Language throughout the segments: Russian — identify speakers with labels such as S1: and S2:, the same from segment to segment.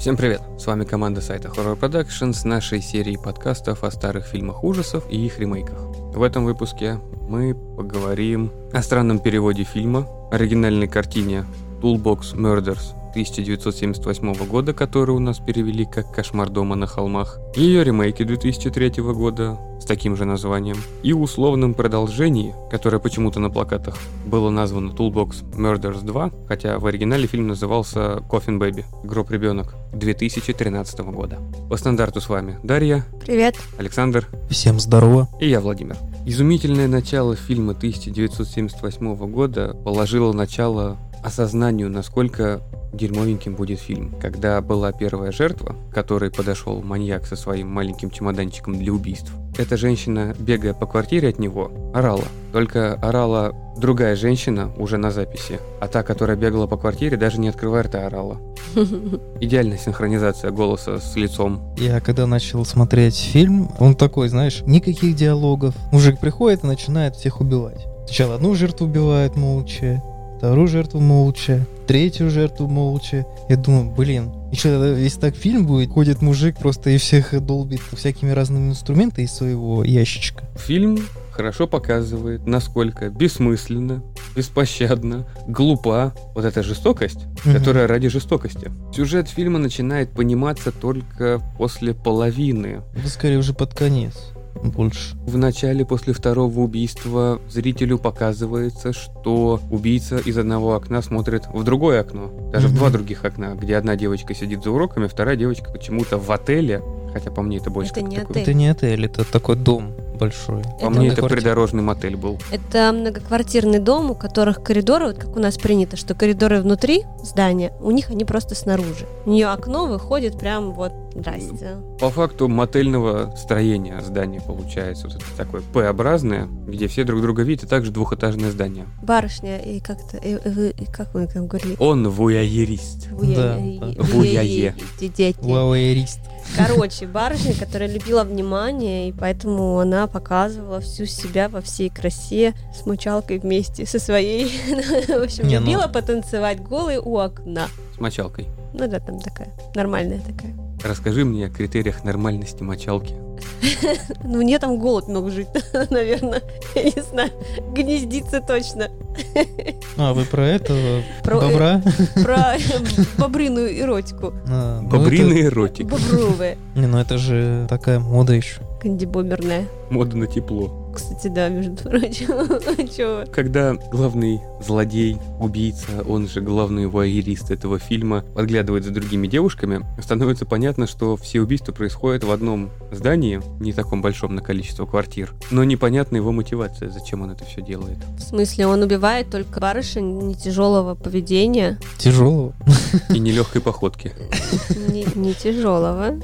S1: Всем привет! С вами команда сайта Horror Production с нашей серией подкастов о старых фильмах ужасов и их ремейках. В этом выпуске мы поговорим о странном переводе фильма, оригинальной картине Toolbox Murders 1978 года, который у нас перевели как «Кошмар дома на холмах», ее ремейке 2003 года с таким же названием, и условном продолжении, которое почему-то на плакатах было названо Toolbox Murders 2, хотя в оригинале фильм назывался Coffin Baby – Гроб ребенок 2013 года. По стандарту с вами Дарья,
S2: Привет.
S1: Александр
S3: Всем здорово.
S1: и я, Владимир. Изумительное начало фильма 1978 года положило начало осознанию, насколько дерьмовеньким будет фильм. Когда была первая жертва, к которой подошел маньяк со своим маленьким чемоданчиком для убийств, эта женщина, бегая по квартире от него, орала. Только орала другая женщина уже на записи, а та, которая бегала по квартире, даже не открывая рта, орала. Идеальная синхронизация голоса с лицом
S3: Я когда начал смотреть фильм, он такой, знаешь, никаких диалогов. Мужик приходит и начинает всех убивать. Сначала одну жертву убивает молча, вторую жертву молча, третью жертву молча. Я думаю, блин, еще если так фильм будет, ходит мужик просто и всех долбит всякими разными инструментами из своего ящичка.
S1: Фильм хорошо показывает, насколько бессмысленно, беспощадно, глупа вот эта жестокость,
S3: Мгм.
S1: которая ради жестокости. Сюжет фильма начинает пониматься только после половины.
S3: Ну, скорее уже под конец. Больше.
S1: В начале, после второго убийства, зрителю показывается, что убийца из одного окна смотрит в другое окно. Даже в
S3: Мгм.
S1: два других окна, где одна девочка сидит за уроками, вторая девочка почему-то в отеле. Хотя по мне это больше
S2: Это
S1: как
S2: не
S1: такой-
S2: отель.
S3: Это не отель, это такой дом большой.
S1: По
S2: Это
S1: А мне
S2: вот
S1: это
S3: квартира.
S1: придорожный мотель был.
S2: Это многоквартирный дом, у которых коридоры, вот как у нас принято, что коридоры внутри здания, у них они просто снаружи. У нее окно выходит прям вот, здрасте.
S1: По факту мотельного строения здание получается. Вот это такое П-образное, где все друг друга видят, и также двухэтажное здание.
S2: Барышня и как-то, и, и вы- и как вы там говорили?
S1: Он вуяерист.
S3: Да,
S2: Вуя-
S3: да.
S2: и- и-
S1: Вуяе.
S2: и- и- дети.
S3: Лауэрист.
S2: Короче, барышня, которая любила внимание, и поэтому она показывала всю себя во всей красе с мочалкой вместе со своей. В общем,
S3: Не, ну-
S2: любила потанцевать голой у окна.
S1: С мочалкой.
S2: Ну да, там такая, нормальная такая.
S1: Расскажи мне о критериях нормальности мочалки.
S2: Ну, мне там голод мог жить, наверное. Я не знаю. Гнездиться точно.
S3: А, вы про этого?
S2: Про- э,
S3: Бобра?
S2: Про бобриную эротику.
S3: А, ну это-
S1: Бобриный эротик.
S2: Бобровая.
S3: Не, ну это же такая мода еще.
S2: Кандибоберная.
S1: Мода на тепло.
S2: Кстати, да, между прочим. А Чего?
S1: Когда главный злодей, убийца, он же главный вуайерист этого фильма, подглядывает за другими девушками, становится понятно, что все убийства происходят в одном здании, не таком большом на количество квартир, но непонятна его мотивация, зачем он это все делает.
S2: В смысле, он убивает только барышень не тяжелого поведения.
S3: Тяжелого.
S1: и нелегкой походки.
S2: Не, не тяжелого.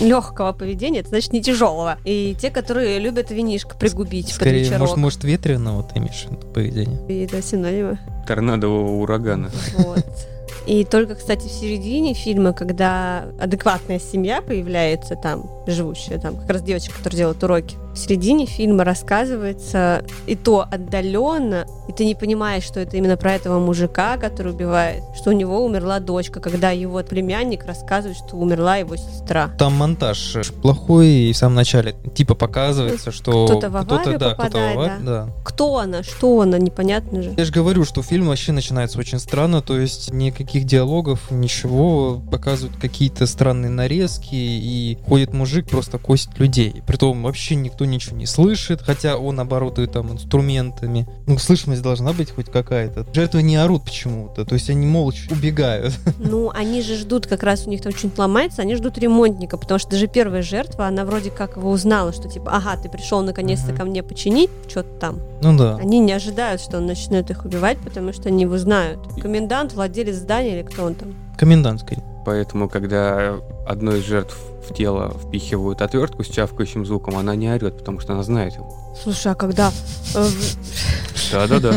S2: Легкого поведения, это значит не тяжелого. И те, которые любят винишко пригубить под
S3: Скорее,
S2: вечерок.
S3: может, может, ветреного ты имеешь в виду поведение.
S2: И это синонимы.
S1: Торнадового урагана.
S2: Вот. И только, кстати, в середине фильма, когда адекватная семья появляется там, живущая там, как раз девочка, которая делает уроки, в середине фильма рассказывается и то отдаленно, и ты не понимаешь, что это именно про этого мужика, который убивает, что у него умерла дочка, когда его племянник рассказывает, что умерла его сестра.
S3: Там монтаж э, плохой, и в самом начале типа показывается, что
S2: Кто-то в аварию
S3: да,
S2: попадает,
S3: кто-то в аварию, да.
S2: Кто она? Что она? Непонятно же.
S3: Я же говорю, что фильм вообще начинается очень странно, то есть никаких диалогов, ничего, показывают какие-то странные нарезки, и ходит мужик просто косит людей. Притом вообще никто ничего не слышит, хотя он оборудует там инструментами. Ну, слышимость должна быть хоть какая-то. Жертвы не орут почему-то, то есть они молча убегают.
S2: Ну, они же ждут, как раз у них там что-нибудь ломается, они ждут ремонтника, потому что даже первая жертва, она вроде как его узнала, что типа, ага, ты пришел наконец-то
S3: Мгм.
S2: ко мне починить что-то там.
S3: Ну да.
S2: Они не ожидают, что он начнет их убивать, потому что они его знают. Комендант, владелец здания или кто он там.
S3: Комендантской.
S1: Поэтому, когда одной из жертв в тело впихивают отвертку с чавкающим звуком, она не орет, потому что она знает его.
S2: Слушай, а когда... э,
S1: Да-да-да.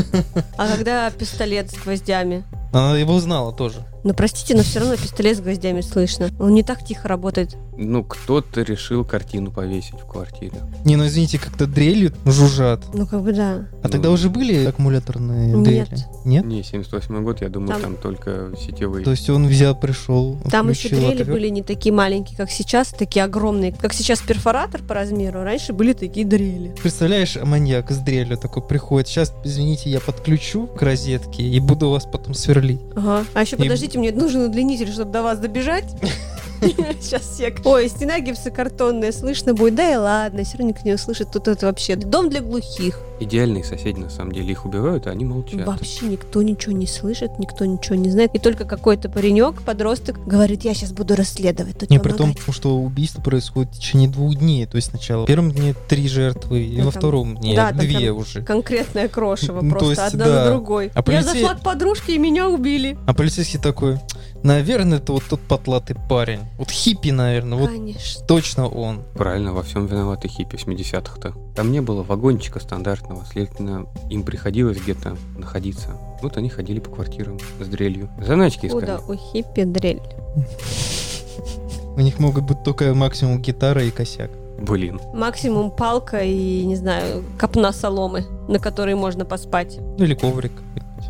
S2: А когда пистолет с гвоздями?
S3: Она его узнала тоже.
S2: Но простите, но все равно пистолет с гвоздями слышно. Он не так тихо работает.
S1: Ну, кто-то решил картину повесить в квартире.
S3: Не, ну извините, как-то дрелью жужжат.
S2: Ну, как бы да.
S3: А тогда
S1: Ну.
S3: уже были аккумуляторные
S2: Нет.
S3: дрели? Нет?
S1: Не, 78 год, я думаю,
S2: Там-
S1: там, только сетевые.
S3: То есть он взял, пришел,
S2: Там еще
S3: включил
S2: дрели
S3: отрёк.
S2: были не такие маленькие, как сейчас, такие огромные. Как сейчас перфоратор по размеру, раньше были такие дрели.
S3: Представляешь, маньяк с дрелью такой приходит. Сейчас, извините, я подключу к розетке и буду вас потом сверлить.
S2: Ага. А еще
S3: И-
S2: подождите, мне нужен удлинитель, чтобы до вас добежать. Сейчас сек. Ой, стена гипсокартонная, слышно будет. Да и ладно, все равно никто не услышит. Тут это вообще дом для глухих.
S1: Идеальные соседи, на самом деле, их убивают, а они молчат.
S2: Вообще никто ничего не слышит, никто ничего не знает. И только какой-то паренек, подросток, говорит, я сейчас буду расследовать. Тут
S3: Не, при
S2: помогать».
S3: том, что убийство происходит в течение двух дней. То есть сначала в первом дне три жертвы, и
S2: Ну,
S3: во
S2: там-
S3: втором дне
S2: да, там
S3: две
S2: прям-
S3: уже.
S2: Конкретная крошева,
S3: Ну, то
S2: просто
S3: есть,
S2: одна
S3: да.
S2: на другой.
S3: А
S2: Я
S3: полице-
S2: зашла к подружке, и меня убили.
S3: А полицейский такой, наверное, это вот тот потлатый парень. Вот хиппи, наверное, вот
S2: Конечно.
S3: точно он.
S1: Правильно, во всем виноваты хиппи 80-х-то. Там не было вагончика стандартного, следовательно, им приходилось где-то находиться. Вот они ходили по квартирам с дрелью. Заначки искали.
S2: Куда у хиппи дрель?
S3: У них могут быть только максимум гитара и косяк.
S1: Блин.
S2: Максимум палка и, не знаю, копна соломы, на которой можно поспать.
S3: Ну или коврик.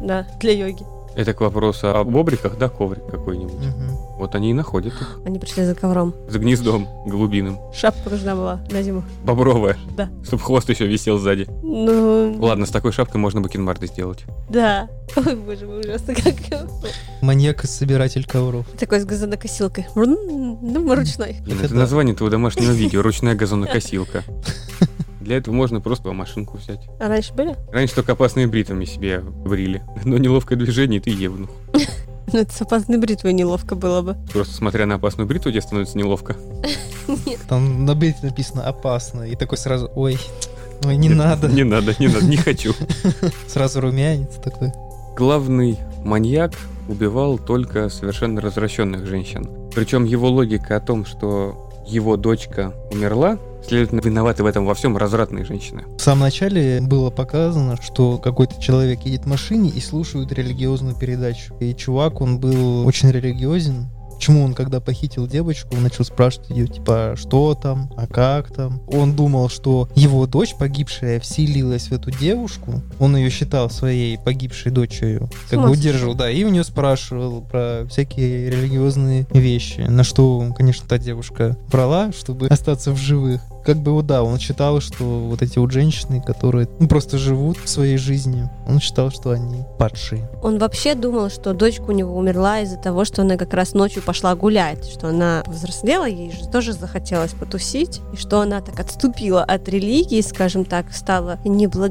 S2: Да, для йоги.
S1: Это к вопросу о бобриках, да, коврик какой-нибудь.
S3: Мгм.
S1: Вот они и находят их.
S2: Они пришли за ковром.
S1: За гнездом голубиным.
S2: Шапка нужна была на зиму.
S1: Бобровая.
S2: Да.
S1: Чтоб хвост еще висел сзади.
S2: Ну,
S1: Ладно, с такой шапкой можно бакенбарды сделать.
S2: да. Ой, боже мой, ужасно как.
S3: Маньяк и собиратель ковров.
S2: Такой с газонокосилкой. Мрн, Ну, ручной.
S1: Блин,
S3: Это
S1: это
S3: да.
S1: название твоего домашнего видео. Ручная газонокосилка. Для этого можно просто машинку взять.
S2: А раньше были?
S1: Раньше только опасные бритвами себе брили. Но неловкое движение, и ты евнух.
S2: Ну, это с опасной бритвой неловко было бы.
S1: Просто смотря на опасную бритву, тебе становится неловко.
S3: Там на бейте написано «опасно». И такой сразу «Ой, ой, не надо».
S1: Не надо, не надо, не хочу.
S3: Сразу румянец такой.
S1: Главный маньяк убивал только совершенно развращенных женщин. Причем его логика о том, что его дочка умерла, следовательно, виноваты в этом во всем развратные женщины.
S3: В самом начале было показано, что какой-то человек едет в машине и слушает религиозную передачу. И чувак, он был очень религиозен. Почему он, когда похитил девочку, он начал спрашивать ее, типа, что там, а как там. Он думал, что его дочь погибшая вселилась в эту девушку. Он ее считал своей погибшей дочерью. Как бы
S2: Класс.
S3: удерживал, да, и у нее спрашивал про всякие религиозные вещи. На что, конечно, та девушка брала, чтобы остаться в живых. Как бы, вот, да, он считал, что вот эти вот женщины, которые ну, просто живут своей жизнью, он считал, что они падшие.
S2: Он вообще думал, что дочка у него умерла из-за того, что она как раз ночью пошла гулять, что она повзрослела, ей же тоже захотелось потусить, и что она так отступила от религии, скажем так, стала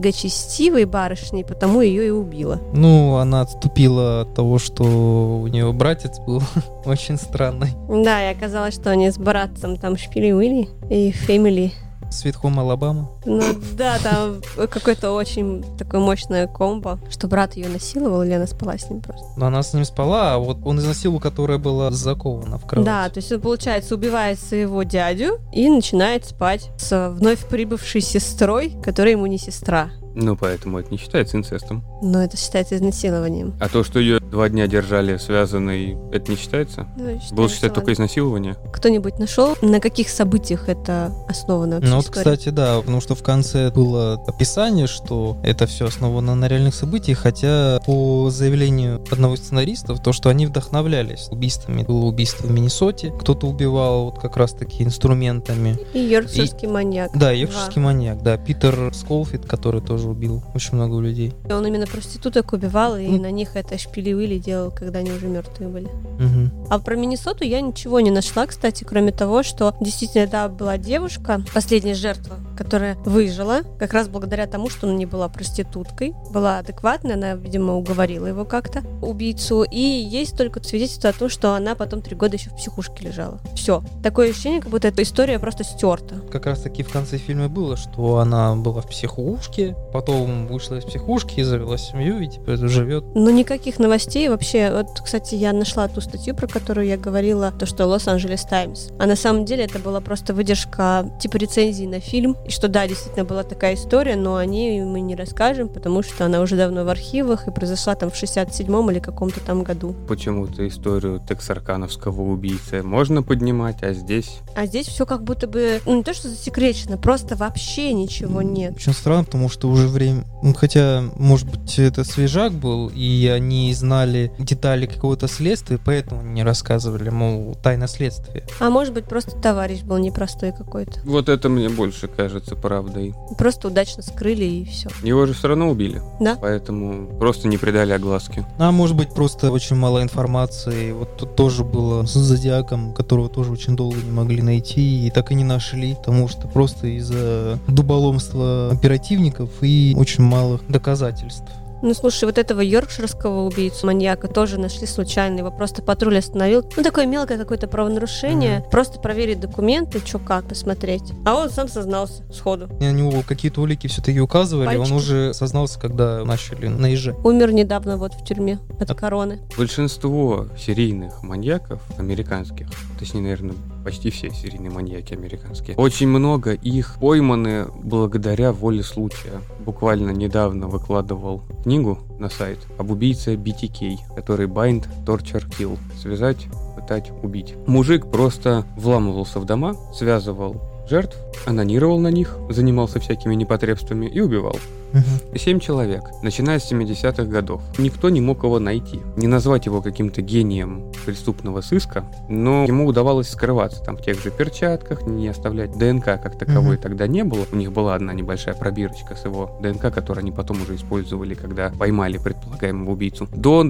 S2: неблагочестивой барышней, потому ее и убила.
S3: Ну, она отступила от того, что у нее братец был очень странный.
S2: Да, и оказалось, что они с братцем там шпили-выли и фэмили.
S3: С Витхом Алабама.
S2: Ну да, там какое-то очень такое мощное комбо, что брат ее насиловал, или она спала с ним просто.
S3: Но она с ним спала, а вот он изнасиловал, которая была закована в кровать.
S2: Да, то есть он, получается, убивает своего дядю и начинает спать с э, вновь прибывшей сестрой, которая ему не сестра.
S1: Ну, поэтому это не считается инцестом.
S2: Но это считается изнасилованием.
S1: А то, что ее два дня держали связанной, это не считается?
S2: Ну, считается,
S1: Было считать только
S2: ладно.
S1: изнасилование?
S2: Кто-нибудь нашел, на каких событиях это основано? вообще
S3: Ну вот,
S2: история?
S3: кстати, да, потому что в конце было описание, что это все основано на реальных событиях, хотя по заявлению одного из сценаристов, то, что они вдохновлялись убийствами. Было убийство в Миннесоте, кто-то убивал вот как раз-таки инструментами.
S2: И йоркширский маньяк.
S3: Да, евшеский маньяк, да, Питер Сколфит, который тоже убил очень много людей.
S2: И Он именно проституток убивал, и
S3: М.
S2: на них это шпили-выли делал, когда они уже мертвые были.
S3: Мгм.
S2: А про Миннесоту я ничего не нашла, кстати, кроме того, что действительно, да, была девушка, последняя жертва, которая выжила, как раз благодаря тому, что она не была проституткой, была адекватной, она, видимо, уговорила его как-то, убийцу, и есть только свидетельство о том, что она потом три года еще в психушке лежала. Все. Такое ощущение, как будто эта история просто стерта.
S3: Как раз-таки в конце фильма было, что она была в психушке, потом вышла из психушки, завела семью и теперь живет
S2: Но Ну, никаких новостей вообще. Вот, кстати, я нашла ту статью, про которую я говорила, то, что Лос-Анджелес Таймс. А на самом деле это была просто выдержка типа рецензии на фильм, И что да, действительно была такая история, но о ней мы не расскажем, потому что она уже давно в архивах и произошла там в 67-м или каком-то там году.
S1: Почему-то историю тексаркановского убийцы можно поднимать, а здесь...
S2: А здесь все как будто бы ну, не то, что засекречено, просто вообще ничего
S3: М,
S2: нет.
S3: Очень странно, потому что уже время... ну, Хотя, может быть, это свежак был, и они знали детали какого-то следствия, поэтому не рассказывали, мол, тайна следствия.
S2: А может быть, просто товарищ был непростой какой-то.
S1: Вот это мне больше кажется правдой.
S2: Просто удачно скрыли и все.
S1: Его же все равно убили.
S2: Да.
S1: Поэтому просто не придали огласки.
S3: А может быть, просто очень мало информации. Вот тут тоже было с Зодиаком, которого тоже очень долго не могли найти, и так и не нашли, потому что просто из-за дуболомства оперативников и очень малых доказательств.
S2: Ну, слушай, вот этого йоркширского убийцу-маньяка тоже нашли случайно. Его просто патруль остановил. Ну, такое мелкое какое-то правонарушение. Просто проверить документы, что как, посмотреть. А он сам сознался сходу.
S3: И на него какие-то улики все-таки указывали,
S2: Пальчики.
S3: он уже сознался, когда начали наезжать.
S2: Умер недавно вот в тюрьме от короны.
S1: Большинство серийных маньяков американских, точнее, наверное, почти все серийные маньяки американские, очень много их пойманы благодаря воле случая. Буквально недавно выкладывал книгу на сайт об убийце BTK, который Bind Torture Kill. Связать, пытать, убить. Мужик просто вламывался в дома, связывал жертв, анонировал на них, занимался всякими непотребствами и убивал. Семь человек, начиная с 70-х годов. Никто не мог его найти. Не назвать его каким-то гением преступного сыска, но ему удавалось скрываться там в тех же перчатках, не оставлять ДНК как таковой
S3: Мгм.
S1: тогда не было. У них была одна небольшая пробирочка с его ДНК, которую они потом уже использовали, когда поймали предполагаемого убийцу. До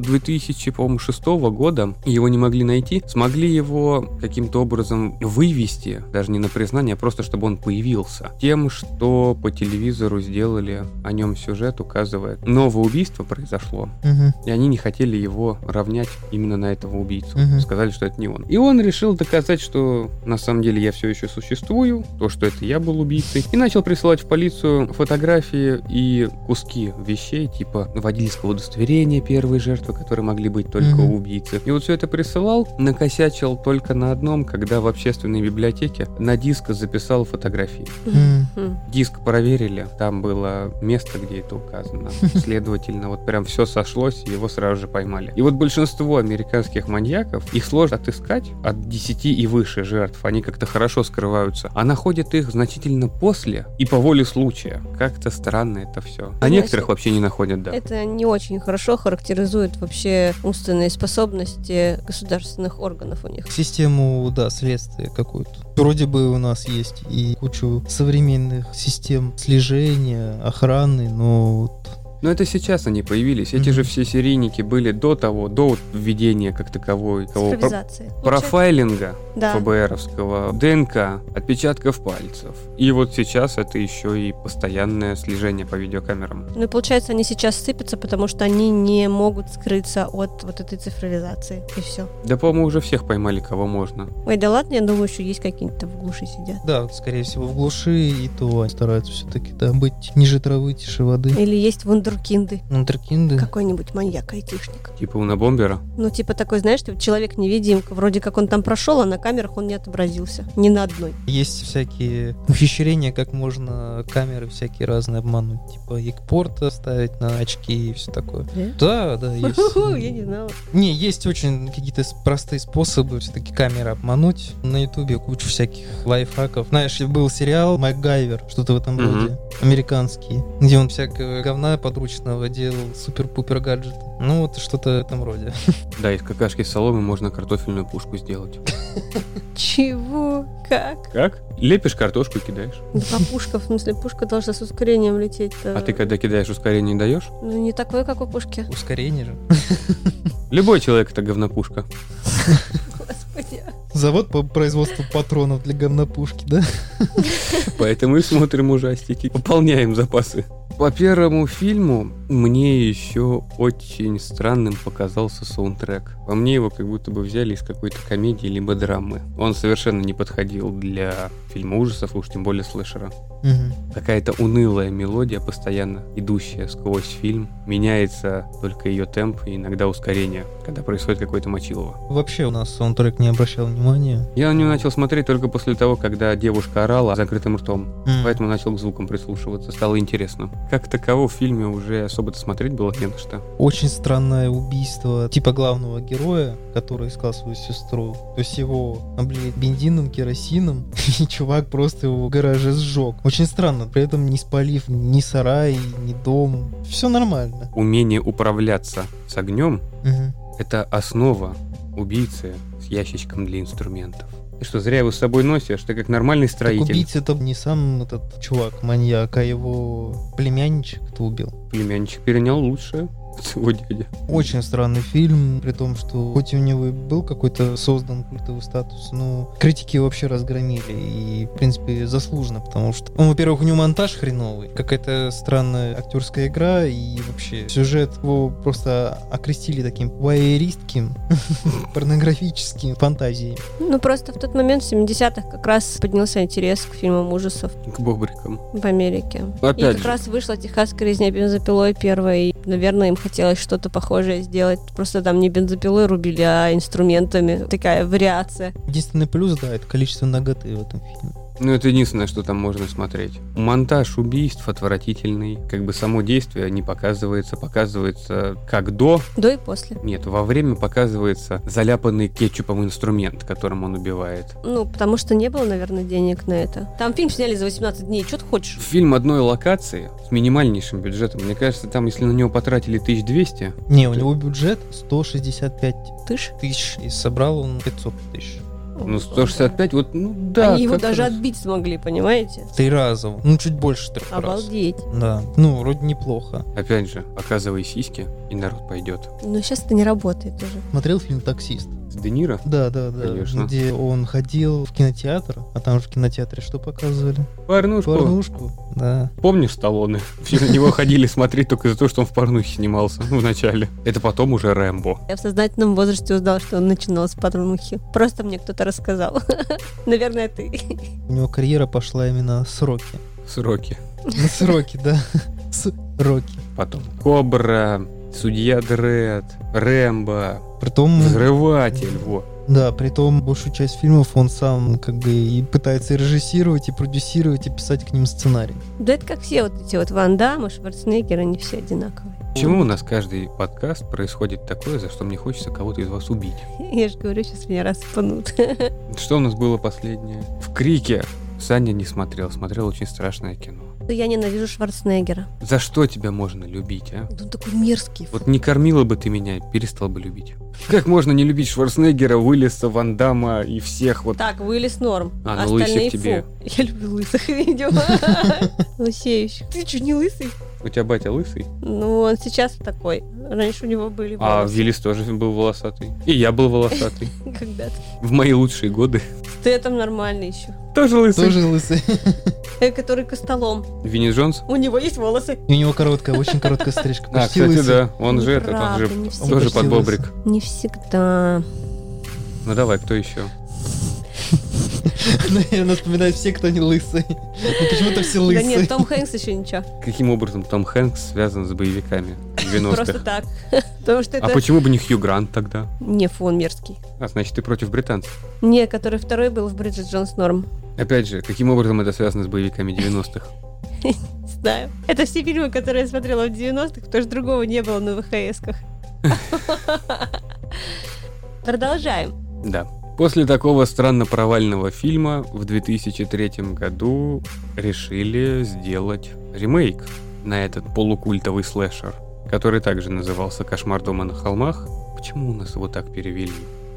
S1: 2006 года его не могли найти, смогли его каким-то образом вывести, даже не на признание, а просто чтобы он появился. Тем, что по телевизору сделали о нем сюжет, указывает, новое убийство произошло,
S3: Мгм.
S1: и они не хотели его равнять именно на этого убийцу.
S3: Мгм.
S1: Сказали, что это не он. И он решил доказать, что на самом деле я все еще существую, то, что это я был убийцей. И начал присылать в полицию фотографии и куски вещей, типа водительского удостоверения первой жертвы, которые могли быть только
S3: Мгм.
S1: у убийцы. И вот все это присылал, накосячил только на одном, когда в общественной библиотеке на диск записал фотографии.
S3: Мгм.
S2: Хм.
S1: Диск проверили, там было место, где это указано. Следовательно, вот прям все сошлось, и его сразу же поймали. И вот большинство американских маньяков, их сложно отыскать от 10 и выше жертв, они как-то хорошо скрываются, а находят их значительно после и по воле случая. Как-то странно это все. А
S2: Знаешь,
S1: некоторых вообще не находят, да.
S2: Это не очень хорошо характеризует вообще умственные способности государственных органов у них.
S3: систему, да, следствия какую-то. Вроде бы у нас есть и кучу современных систем слежения, охраны, но вот
S1: Но это сейчас они появились. Эти
S3: Мгм.
S1: же все серийники были до того, до вот введения как таковой, того про-
S2: Цифровизация.
S1: профайлинга.
S2: Да.
S1: ФБРовского, ДНК, отпечатков пальцев. И вот сейчас это еще и постоянное слежение по видеокамерам.
S2: Ну и получается, они сейчас сыпятся, потому что они не могут скрыться от вот этой цифровизации. И все.
S1: Да, по-моему, уже всех поймали, кого можно.
S2: Ой, да ладно, я думаю, еще есть какие-то в глуши сидят.
S3: да, вот, скорее всего в глуши и то они стараются все-таки да, быть ниже травы, тише воды.
S2: Или есть вундеркинды.
S3: Вундеркинды.
S2: Какой-нибудь маньяк-айтишник.
S1: Типа у бомбера.
S2: Ну, типа такой, знаешь, ты человек-невидимка. Вроде как он там прошел, а на камерах он не отобразился. Ни на одной.
S3: Есть всякие ухищрения, как можно камеры всякие разные обмануть, типа якпорта ставить на очки и все такое. Да, да, есть.
S2: Э? Я не знала.
S3: Не, есть очень какие-то с- простые способы все-таки камеры обмануть. На Ютубе куча всяких лайфхаков. Знаешь, был сериал «Макгайвер», что-то в этом
S1: Мгм.
S3: роде, американский, где он всякого говна подручного делал, супер-пупер гаджет. Ну вот что-то в этом роде.
S1: Да, из какашки соломы можно картофельную пушку сделать.
S2: Чего? Как?
S1: Как? Лепишь картошку и кидаешь.
S2: Ну, а пушка, в смысле, пушка должна с ускорением лететь. э,
S1: А ты когда кидаешь ускорение даешь?
S2: Ну, не такое, как у пушки.
S3: Ускорение же.
S1: Любой человек это говнопушка.
S2: Господи.
S3: Завод по производству патронов для говнопушки, да?
S1: Поэтому и смотрим ужастики. Пополняем запасы. По первому фильму мне еще очень странным показался саундтрек. По мне его как будто бы взяли из какой-то комедии либо драмы. Он совершенно не подходил для фильма ужасов, уж тем более слэшера. Какая-то унылая мелодия, постоянно идущая сквозь фильм, меняется только ее темп и иногда ускорение, когда происходит какое-то мочилово.
S3: Вообще у нас саундтрек не обращал внимания.
S1: Я на нее начал смотреть только после того, когда девушка орала закрытым ртом,
S3: М.
S1: поэтому начал к звукам прислушиваться, стало интересно. Как таково в фильме уже особо-то смотреть было не на что.
S3: Очень странное убийство типа главного героя, который искал свою сестру. То есть его облили бензином, керосином, и чувак просто его в гараже сжег. Очень странно, при этом не спалив ни сарай, ни дом. Все нормально.
S1: Умение управляться с огнем
S3: Мгм.
S1: Это основа убийцы с ящичком для инструментов. Ты что, зря его с собой носишь? Ты как нормальный
S3: Так
S1: строитель.
S3: убийца это не сам этот чувак, маньяк, а его племянничек кто убил.
S1: Племянничек перенял лучшее от своего дяди.
S3: Очень странный фильм, при том, что хоть у него и был какой-то создан культовый статус, но критики его вообще разгромили, и, в принципе, заслуженно, потому что, ну, во-первых, у него монтаж хреновый, какая-то странная актерская игра, и вообще сюжет его просто окрестили таким вайеристским, порнографическим фантазией.
S2: Ну, просто в тот момент, в 70-х, как раз поднялся интерес к фильмам ужасов
S1: К бобрикам.
S2: в Америке. И
S1: Опять
S2: как
S1: же,
S2: раз вышла «Техасская резня бензопилой» первая, и, наверное, им хотелось что-то похожее сделать. Просто там не бензопилой рубили, а инструментами. Такая вариация.
S3: Единственный плюс, да, это количество ноготы в этом фильме.
S1: ну это единственное, что там можно смотреть. Монтаж убийств отвратительный. Как бы само действие не показывается. Показывается как до,
S2: До и после.
S1: нет, во время показывается заляпанный кетчупом инструмент, которым он убивает.
S2: Ну, потому что не было, наверное, денег на это. Там фильм сняли за 18 дней. Что ты хочешь?
S1: Фильм одной локации с минимальнейшим бюджетом. Мне кажется, там, если на него потратили 1200,
S3: Не, у него бюджет 165
S2: Ты ж?
S3: тысяч, и собрал он 500 тысяч.
S1: Ну, 165, вот, ну да.
S2: Они его
S1: как
S2: даже
S1: раз.
S2: отбить смогли, понимаете?
S3: В Три раза, ну, чуть больше трех раз.
S2: Обалдеть.
S3: Да, ну, вроде неплохо.
S1: Опять же, показывай сиськи, и народ пойдет.
S2: Но сейчас это не работает уже.
S3: Смотрел фильм «Таксист»?
S1: С Де Ниро
S3: Да, да, да.
S1: Конечно.
S3: Где он ходил в кинотеатр, а там же в кинотеатре что показывали?
S1: порнушку.
S3: Порнушку. Да.
S1: Помнишь Сталлоне? Все на него ходили смотреть только за то, что он в порнухе снимался в начале. Это потом уже Рэмбо.
S2: Я в сознательном возрасте узнал, что он начинал с порнухи. Просто мне кто-то рассказал. Наверное, ты.
S3: У него карьера пошла именно с Роки.
S1: Сроки.
S3: На сроки, да. С Роки.
S1: Потом Кобра, Судья Дред, Рэмбо,
S3: Притом,
S1: Взрыватель, во.
S3: да, притом большую часть фильмов он сам как бы и пытается и режиссировать, и продюсировать, и писать к ним сценарий.
S2: Да это как все вот эти вот Ван Дамм и Шварценеггер, они все одинаковые.
S1: Почему у нас каждый подкаст происходит такое, за что мне хочется кого-то из вас убить?
S2: Я же говорю, сейчас меня распанут.
S1: Что у нас было последнее? В Крике Саня не смотрел, смотрел очень страшное кино.
S2: Я ненавижу Шварценеггера.
S1: За что тебя можно любить, а?
S2: Он такой мерзкий.
S1: Вот не кормила бы ты меня, перестал бы любить. Как можно не любить Шварценеггера, Уиллиса, Ван Дамма и всех вот...
S2: Так, вылез норм.
S1: А,
S2: А,
S1: ну,
S2: остальные
S1: лысик тебе.
S2: фу. Я люблю лысых, видимо. Лысеющих. Ты что, не лысый?
S1: У тебя батя лысый?
S2: Ну, он сейчас такой. Раньше у него были
S1: А
S2: волосы
S1: Виллис тоже был волосатый. И я был волосатый.
S2: когда-то.
S1: В мои лучшие годы.
S2: Ты там нормальный еще.
S1: Тоже лысый.
S3: Тоже лысый.
S2: Э, который костолом.
S1: Винни Джонс?
S2: У него есть волосы.
S3: И У него короткая, очень короткая стрижка.
S1: А,
S3: Почти
S1: кстати,
S3: лысый.
S1: да. Он же этот, он
S2: Неправда,
S1: же
S2: не всегда.
S1: тоже
S3: почти
S1: под бобрик.
S2: Не всегда.
S1: Ну давай, кто еще?
S3: Наверное, вспоминают все, кто не лысый. Ну почему-то все
S2: Да нет,
S3: лысые.
S2: Том Хэнкс еще ничего.
S1: Каким образом Том Хэнкс связан с боевиками
S2: Просто
S1: 90-х?
S2: так. Потому что
S1: А
S2: это...
S1: почему бы не Хью Грант тогда?
S2: Не, фу, он мерзкий.
S1: А, значит, ты против британцев.
S2: Не, который второй был в Бриджит Джонс Норм.
S1: Опять же, каким образом это связано с боевиками 90-х?
S2: Не Знаю. Это все фильмы, которые я смотрела в 90-х, потому что другого не было на ВХСках. Продолжаем.
S1: Да. После такого странно провального фильма в 2003 году решили сделать ремейк на этот полукультовый слэшер, который также назывался «Кошмар дома на холмах». Почему у нас его так перевели?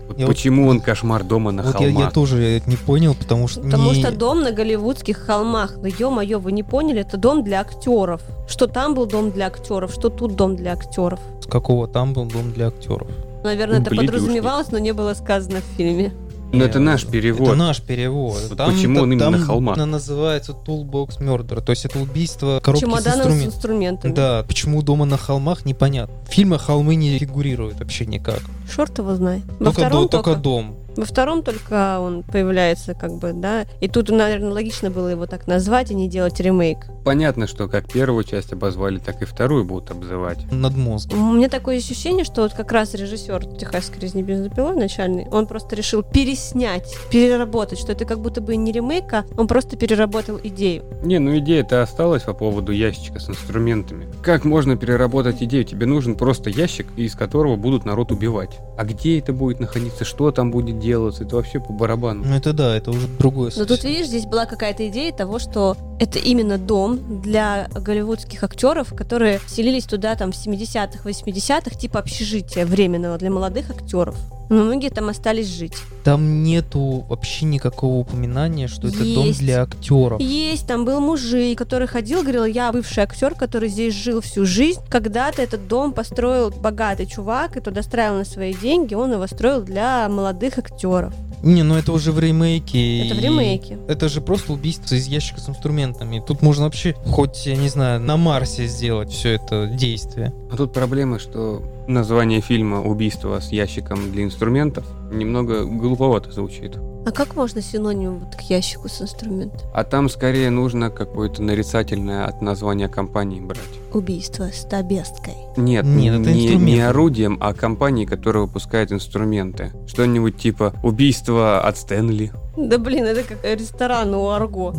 S1: Вот
S3: Я вот-
S1: почему он «Кошмар дома на
S3: Вот я,
S1: холмах»?
S3: я тоже не понял, потому что...
S2: Потому
S3: не-
S2: что дом на голливудских холмах. Ну, ё-моё, вы не поняли, это дом для актеров. Что там был дом для актеров, что тут дом для актеров.
S3: С какого там был дом для актеров?
S2: Наверное, это
S1: Бледюшник.
S2: подразумевалось, но не было сказано в фильме.
S1: Но Ну, это
S3: Я-
S1: наш перевод.
S3: Это наш перевод.
S1: Вот почему он именно
S3: там
S1: на холмах?
S3: на- называется Toolbox Murder, то есть это убийство коробки с
S2: Чемоданом с
S3: инструментом.
S2: инструментами.
S3: Да, почему дома на холмах, непонятно. В фильмах холмы не фигурируют вообще никак.
S2: Шорт его знает. Во
S3: Только,
S2: втором
S3: до- только
S2: только.
S3: дом.
S2: Во втором только он появляется, как бы, да. И тут, наверное, логично было его так назвать и не делать ремейк.
S1: Понятно, что как первую часть обозвали, так и вторую будут обзывать.
S3: над мозгом.
S2: У меня такое ощущение, что вот как раз режиссер «Техасской резни бензопилой» начальный, он просто решил переснять, переработать, что это как будто бы не ремейк, а он просто переработал идею.
S1: Не, ну идея-то осталась по поводу ящичка с инструментами. Как можно переработать идею? Тебе нужен просто ящик, из которого будут народ убивать. А где это будет находиться, что там будет делаться, это вообще по барабану.
S3: Ну это да, это уже другое
S2: Но тут,
S3: совсем.
S2: видишь, здесь была какая-то идея того, что это именно дом для голливудских актеров, которые селились туда там в 70-х, 80-х, типа общежития временного для молодых актеров. Но многие там остались жить.
S3: Там нету вообще никакого упоминания, что это дом
S2: Есть.
S3: для актеров.
S2: Есть, там был мужик, который ходил, говорил, я бывший актер, который здесь жил всю жизнь. Когда-то этот дом построил богатый чувак, и туда строил на свои деньги, он его строил для молодых актеров.
S3: Не, ну это уже в ремейке.
S2: Это в
S3: и-
S2: ремейке.
S3: Это же просто убийство из ящика с инструментами. Тут можно вообще, хоть, я не знаю, на Марсе сделать все это действие.
S1: А тут проблема, что название фильма «Убийство с ящиком для инструментов» немного глуповато звучит.
S2: А как можно синоним вот к ящику с инструментом?
S1: А там скорее нужно какое-то нарицательное от названия компании брать.
S2: Убийство с табесткой.
S1: Нет,
S3: Нет, это
S1: не,
S3: инструменты.
S1: не орудием, а компанией, которая выпускает инструменты. Что-нибудь типа «Убийство от Стэнли».
S2: Да блин, это как ресторан у Арго.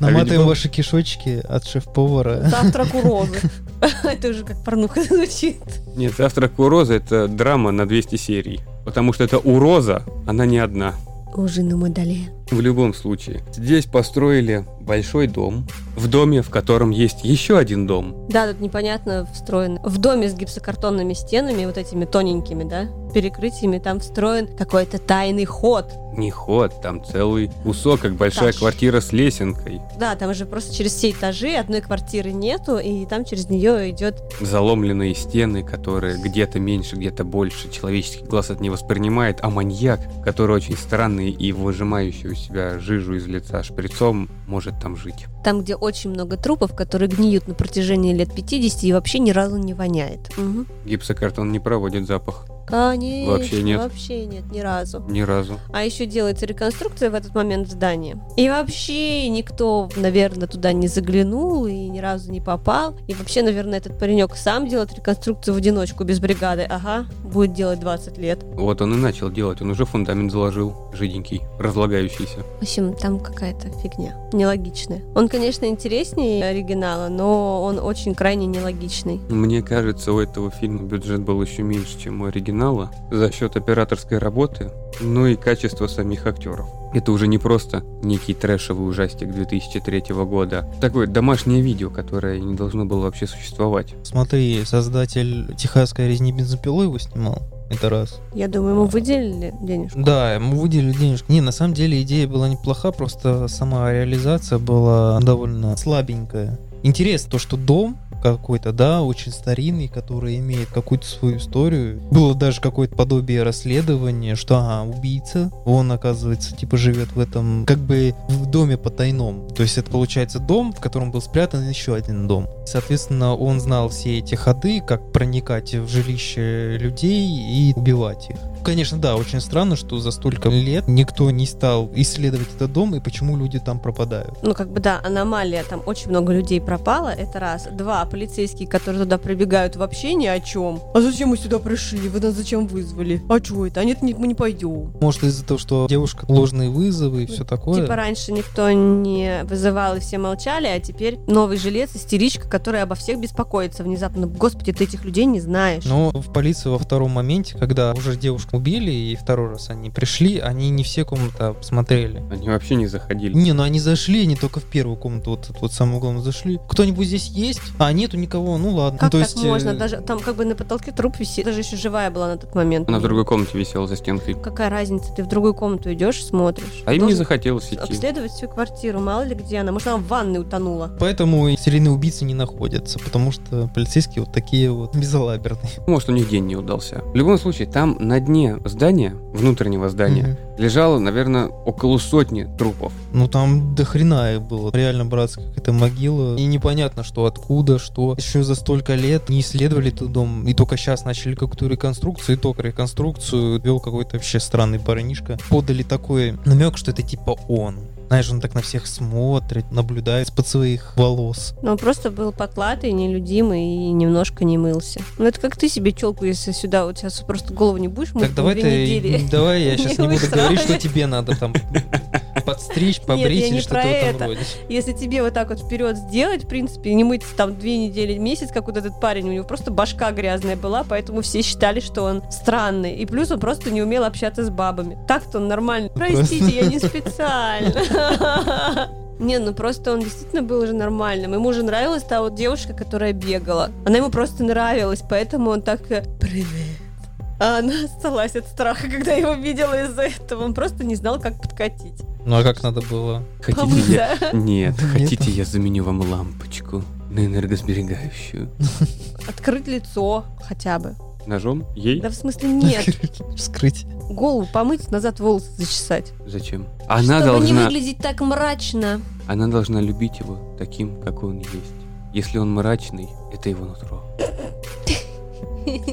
S3: Наматываем
S1: видимо-
S3: ваши кишочки от шеф-повара.
S2: Завтрак у Розы. Это уже как порнуха звучит.
S1: Нет, «Завтрак у Розы» — это драма на 200 серий. Потому что это у Роза, она не одна.
S2: Ужин у Мадале.
S1: В любом случае, здесь построили большой дом, в доме, в котором есть еще один дом.
S2: Да, тут непонятно встроен. В доме с гипсокартонными стенами, вот этими тоненькими, да, перекрытиями, там встроен какой-то тайный ход.
S1: Не ход, там целый кусок, как большая
S2: Этаж.
S1: квартира с лесенкой.
S2: Да, там же просто через все этажи одной квартиры нету, и там через нее идет...
S1: Заломленные стены, которые где-то меньше, где-то больше. Человеческий глаз это не воспринимает, а маньяк, который очень странный и выжимающий у себя жижу из лица шприцом, может там жить.
S2: Там, где очень много трупов, которые гниют на протяжении лет 50 и вообще ни разу не воняет. Мгм.
S1: Гипсокартон не проводит запах
S2: Конечно.
S1: Вообще нет.
S2: Вообще нет, ни разу.
S1: ни разу.
S2: А еще делается реконструкция в этот момент здания. И вообще никто, наверное, туда не заглянул и ни разу не попал. И вообще, наверное, этот паренек сам делает реконструкцию в одиночку без бригады. Ага, будет делать 20 лет.
S1: Вот он и начал делать, он уже фундамент заложил, жиденький, разлагающийся.
S2: В общем, там какая-то фигня. Нелогичная. Он, конечно, интереснее оригинала, но он очень крайне нелогичный.
S1: Мне кажется, у этого фильма бюджет был еще меньше, чем у оригинала, за счет операторской работы, ну и качества самих актеров. Это уже не просто некий трэшевый ужастик 2003 года. а Такое домашнее видео, которое не должно было вообще существовать.
S3: Смотри, создатель техасской резни бензопилой его снимал. Это раз.
S2: Я думаю, ему выделили денежку.
S3: Да, ему выделили денежки. Не, на самом деле идея была неплоха, просто сама реализация была довольно слабенькая. Интересно то, что дом какой-то, да, очень старинный, который имеет какую-то свою историю. Было даже какое-то подобие расследования, что, ага, убийца, он, оказывается, типа живет в этом, как бы в доме потайном. То есть это, получается, дом, в котором был спрятан еще один дом. Соответственно, он знал все эти ходы, как проникать в жилище людей и убивать их. Конечно, да, очень странно, что за столько лет никто не стал исследовать этот дом и почему люди там пропадают.
S2: Ну, как бы, да, аномалия, там очень много людей пропало, это раз. Два, полицейские, которые туда прибегают вообще ни о чем. А зачем мы сюда пришли? Вы нас зачем вызвали? А что это? А нет, нет, мы не пойдем.
S3: Может, из-за того, что девушка ложные вызовы и все такое.
S2: Типа раньше никто не вызывал и все молчали, а теперь новый жилец, истеричка, которая обо всех беспокоится внезапно. Господи, ты этих людей не знаешь.
S1: Ну,
S3: Но в полицию во втором моменте, когда уже девушку убили, и второй раз они пришли, они не все комнаты обсмотрели.
S1: Они вообще не заходили.
S3: Не, ну они зашли, они только в первую комнату, вот тут вот самым углом зашли. Кто-нибудь здесь есть? А, нету никого, ну ладно.
S2: Как
S3: То
S2: так
S3: есть, э,
S2: можно? Даже там как бы на потолке труп висит, даже еще живая была на тот момент.
S1: Она в другой комнате висела за стенкой.
S2: Какая разница? Ты в другую комнату идешь и смотришь.
S1: А им не
S2: Должен-
S1: захотелось идти.
S2: обследовать всю квартиру, мало ли где она. Может, она в ванной утонула.
S3: Поэтому и серийные убийцы не находятся, потому что полицейские вот такие вот безалаберные.
S1: Может, у них день не удался. В любом случае, там на дне здания, внутреннего здания,
S3: Мгм.
S1: лежало, наверное, около сотни трупов.
S3: Ну там до хрена их было. Реально братская какая-то могила. И непонятно, что откуда, что. Еще за столько лет не исследовали этот дом. И только сейчас начали какую-то реконструкцию. И только реконструкцию вел какой-то вообще странный парнишка. Подали такой намек, что это типа он. Знаешь, он так на всех смотрит, наблюдает под своих волос.
S2: Но он просто был потлатый, нелюдимый и немножко не мылся. Ну, это как ты себе челку, если сюда у тебя просто голову не будешь мыть
S3: так давай
S2: две
S3: ты,
S2: недели.
S3: давай я сейчас не
S2: Не
S3: буду говорить, что
S2: высрали.
S3: тебе надо там подстричь, побрить
S2: я
S3: или
S2: не
S3: что-то в
S2: про
S3: этом
S2: это.
S3: роде.
S2: Если тебе вот так вот вперед сделать, в принципе, и не мыть там две недели, месяц, как вот этот парень, у него просто башка грязная была, поэтому все считали, что он странный. И плюс он просто не умел общаться с бабами. Так-то он нормально. Простите, я не специально. Не, ну просто он действительно был уже нормальным. Ему же нравилась та вот девушка, которая бегала. Она ему просто нравилась, поэтому он так э, «Привет». А она осталась от страха, когда его видела из-за этого. Он просто не знал, как подкатить.
S3: Ну а как надо было?
S2: Помыть,
S1: Хотите, я...
S2: да?
S1: Нет,
S3: Нет.
S1: хотите, я заменю вам лампочку на энергосберегающую.
S2: Открыть лицо хотя бы.
S1: Ножом? Ей?
S2: Да в смысле нет.
S3: Вскрыть.
S2: Голову помыть, назад волосы зачесать.
S1: Зачем? Она
S2: Чтобы не
S1: должна...
S2: выглядеть так мрачно.
S1: Она должна любить его таким, какой он есть. Если он мрачный, это его нутро.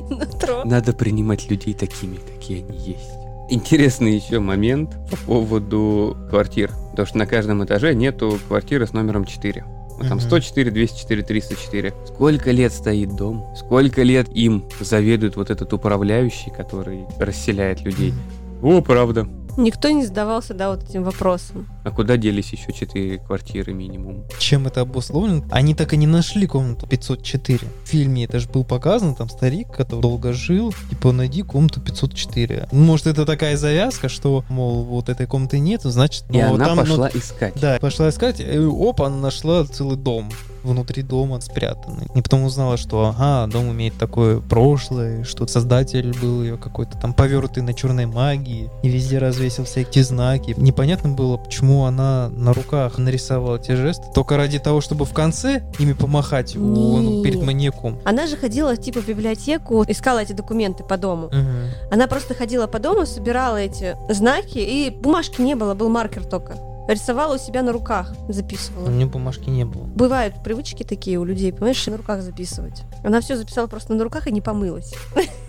S2: Нутро.
S1: Надо принимать людей такими, какие они есть. Интересный еще момент по поводу квартир. Потому что на каждом этаже нету квартиры с номером 4. Вот Там
S3: Мгм.
S1: 104, 204, 304. Сколько лет стоит дом? Сколько лет им заведует вот этот управляющий, который расселяет людей? О, правда.
S2: Никто не задавался, да, вот этим вопросом.
S1: А куда делись еще 4 квартиры минимум?
S3: Чем это обусловлено? Они так и не нашли комнату 504. В фильме это же был показан, там старик, который долго жил, типа, найди комнату 504. Может, это такая завязка, что, мол, вот этой комнаты нет, значит...
S1: И
S3: ну,
S1: она
S3: там, ну,
S1: пошла искать.
S3: да, пошла искать, и опа, она нашла целый дом внутри дома спрятанный. И потом узнала, что ага, дом имеет такое прошлое, что создатель был ее какой-то там повернутый на черной магии, и везде развесил всякие знаки. Непонятно было, почему она на руках нарисовала те жесты, только ради того, чтобы в конце ими помахать у-
S2: Нет.
S3: перед маньяком.
S2: Она же ходила типа в библиотеку, искала эти документы по дому.
S3: Мгм.
S2: Она просто ходила по дому, собирала эти знаки, и бумажки не было, был маркер только. Рисовала у себя на руках,
S3: У
S2: записывала.
S3: меня бумажки не было.
S2: Бывают привычки такие у людей, понимаешь, на руках записывать. Она все записала просто на руках и не помылась.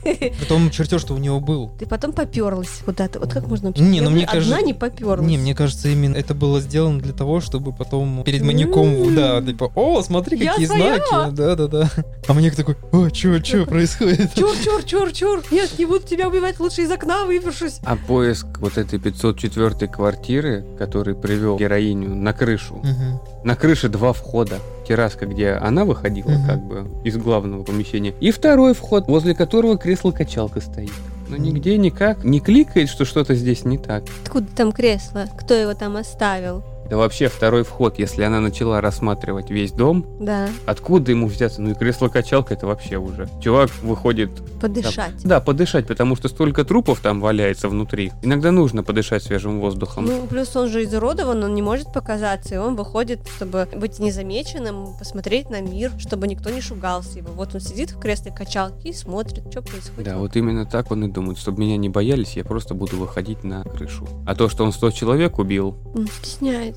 S3: Притом чертеж, что у него был.
S2: Ты потом поперлась куда-то. Вот как можно
S3: Не, ну,
S2: Я
S3: мне
S2: одна
S3: кажется-
S2: не поперлась.
S3: Не, мне кажется, именно это было сделано для того, чтобы потом перед маньяком,
S2: М.
S3: да, типа, о, смотри,
S2: Я
S3: какие
S2: своя!»
S3: знаки, да-да-да. А маньяк такой, о, чё, чё происходит?
S2: Чур, чур, чур, чур. Нет, не буду тебя убивать, лучше из окна выброшусь.
S1: А поиск вот этой 504 квартиры, который привел героиню на крышу.
S3: Мгм.
S1: На крыше два входа. Терраска, где она выходила,
S3: Мгм.
S1: как бы, из главного помещения. И второй вход, возле которого кресло-качалка стоит. Но нигде никак не кликает, что что-то здесь не так.
S2: Откуда там кресло? Кто его там оставил?
S1: Да вообще второй вход, если она начала рассматривать весь дом,
S2: Да,
S1: откуда ему взяться? Ну и кресло-качалка это вообще уже. Чувак выходит,
S2: подышать.
S1: да, подышать, потому что столько трупов там валяется внутри. Иногда нужно подышать свежим воздухом.
S2: Ну, плюс он же изуродован, он не может показаться, и он выходит, чтобы быть незамеченным, посмотреть на мир, чтобы никто не шугался его. Вот он сидит в кресле качалке и смотрит, что происходит.
S1: Да, вот именно так он и думает. Чтобы меня не боялись, я просто буду выходить на крышу. А то, что он 100 человек убил,
S2: Он стесняется.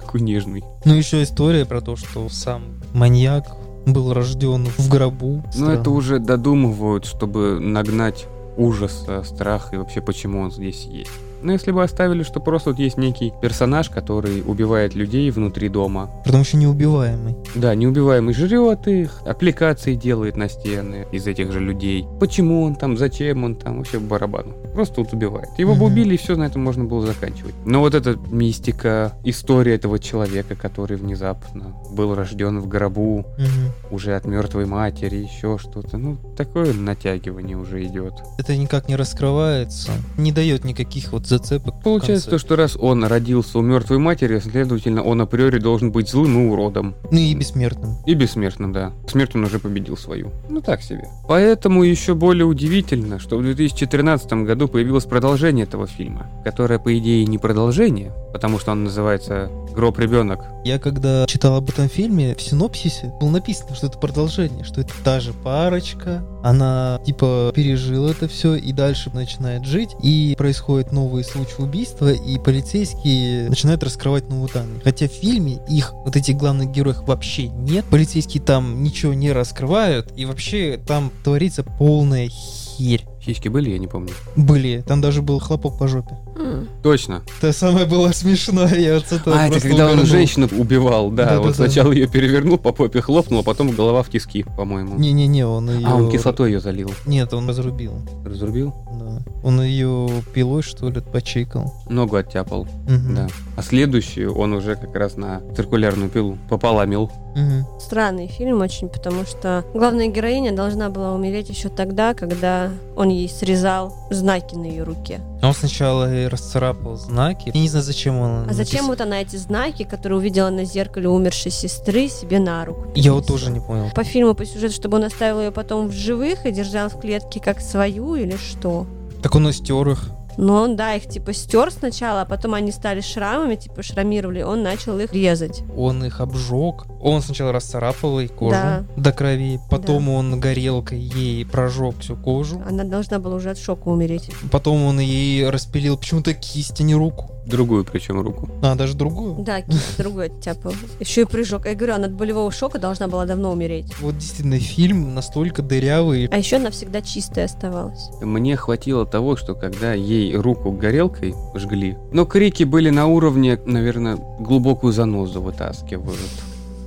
S1: какой нежный.
S3: Ну, еще история про то, что сам маньяк был рожден в гробу.
S1: Но
S3: Странно.
S1: Ну, это уже додумывают, чтобы нагнать ужаса, страх и вообще почему он здесь есть. Но если бы оставили, что просто вот есть некий персонаж, который убивает людей внутри дома.
S3: Притом еще неубиваемый.
S1: Да, неубиваемый жрет их, аппликации делает на стены из этих же людей. Почему он там, зачем он там, вообще барабану. Просто вот убивает. Его бы
S3: Мгм.
S1: убили, и все, на этом можно было заканчивать. Но вот эта мистика, история этого человека, который внезапно был рожден в гробу,
S3: Мгм.
S1: уже от мертвой матери, еще что-то. Ну, такое натягивание уже идет.
S3: Это никак не раскрывается, не дает никаких вот зацепок. в
S1: Получается то,
S3: конце.
S1: что раз он родился у мертвой матери, следовательно, он априори должен быть злым и уродом.
S3: Ну и бессмертным.
S1: И бессмертным, да. Смерть он уже победил свою. Ну так себе. Поэтому еще более удивительно, что в 2013 году появилось продолжение этого фильма, которое, по идее, не продолжение, потому что он называется «Гроб ребенок».
S3: Я когда читал об этом фильме, в синопсисе было написано, что это продолжение, что это та же парочка, она типа пережила это все и дальше начинает жить, и происходят новые случаи убийства, и полицейские начинают раскрывать новые данные. Хотя в фильме их, вот этих главных героев вообще нет, полицейские там ничего не раскрывают, и вообще там творится полная херь.
S1: Сиськи были, я не помню.
S3: Были, там даже был хлопок по жопе.
S2: М.
S1: Точно.
S3: Это самое было смешное, я вот с этого
S1: а, это
S3: просто
S1: когда он
S3: угорнул.
S1: женщину убивал, да.
S3: Да-да-да.
S1: вот сначала ее перевернул, по попе хлопнул, а потом голова в тиски, по-моему.
S3: Не-не-не, он ее...
S1: А, он кислотой ее залил.
S3: Нет, он разрубил.
S1: Разрубил?
S3: Да. Он ее пилой, что ли, почикал.
S1: Ногу оттяпал,
S3: Мгм.
S1: да. А следующую он уже как раз на циркулярную пилу пополамил.
S3: Мгм.
S2: Странный фильм очень, потому что главная героиня должна была умереть еще тогда, когда он ей срезал знаки на ее руке.
S3: Он сначала и расцарапал знаки. Я не знаю, зачем он.
S2: А зачем
S3: написал.
S2: вот она эти знаки, которые увидела на зеркале умершей сестры, себе на руку?
S3: Я вот тоже не понял.
S2: По фильму, по сюжету, чтобы он оставил ее потом в живых и держал в клетке как свою или что?
S3: Так он и стер их.
S2: Но он, да, их типа стер сначала, а потом они стали шрамами, типа шрамировали, он начал их резать.
S3: Он их обжег. Он сначала расцарапал ей кожу
S2: Да.
S3: до крови. Потом
S2: Да.
S3: он горелкой ей прожег всю кожу.
S2: Она должна была уже от шока умереть.
S3: Потом он ей распилил почему-то кисть, а не руку.
S1: Другую причем руку.
S3: А, даже другую.
S2: Да, кисть другой оттяпал. Еще и прыжок. Я говорю, она от болевого шока должна была давно умереть.
S3: Вот действительно, фильм настолько дырявый.
S2: А еще она всегда чистая оставалась.
S1: Мне хватило того, что когда ей руку горелкой жгли, но крики были на уровне, наверное, глубокую занозу вытаскивают.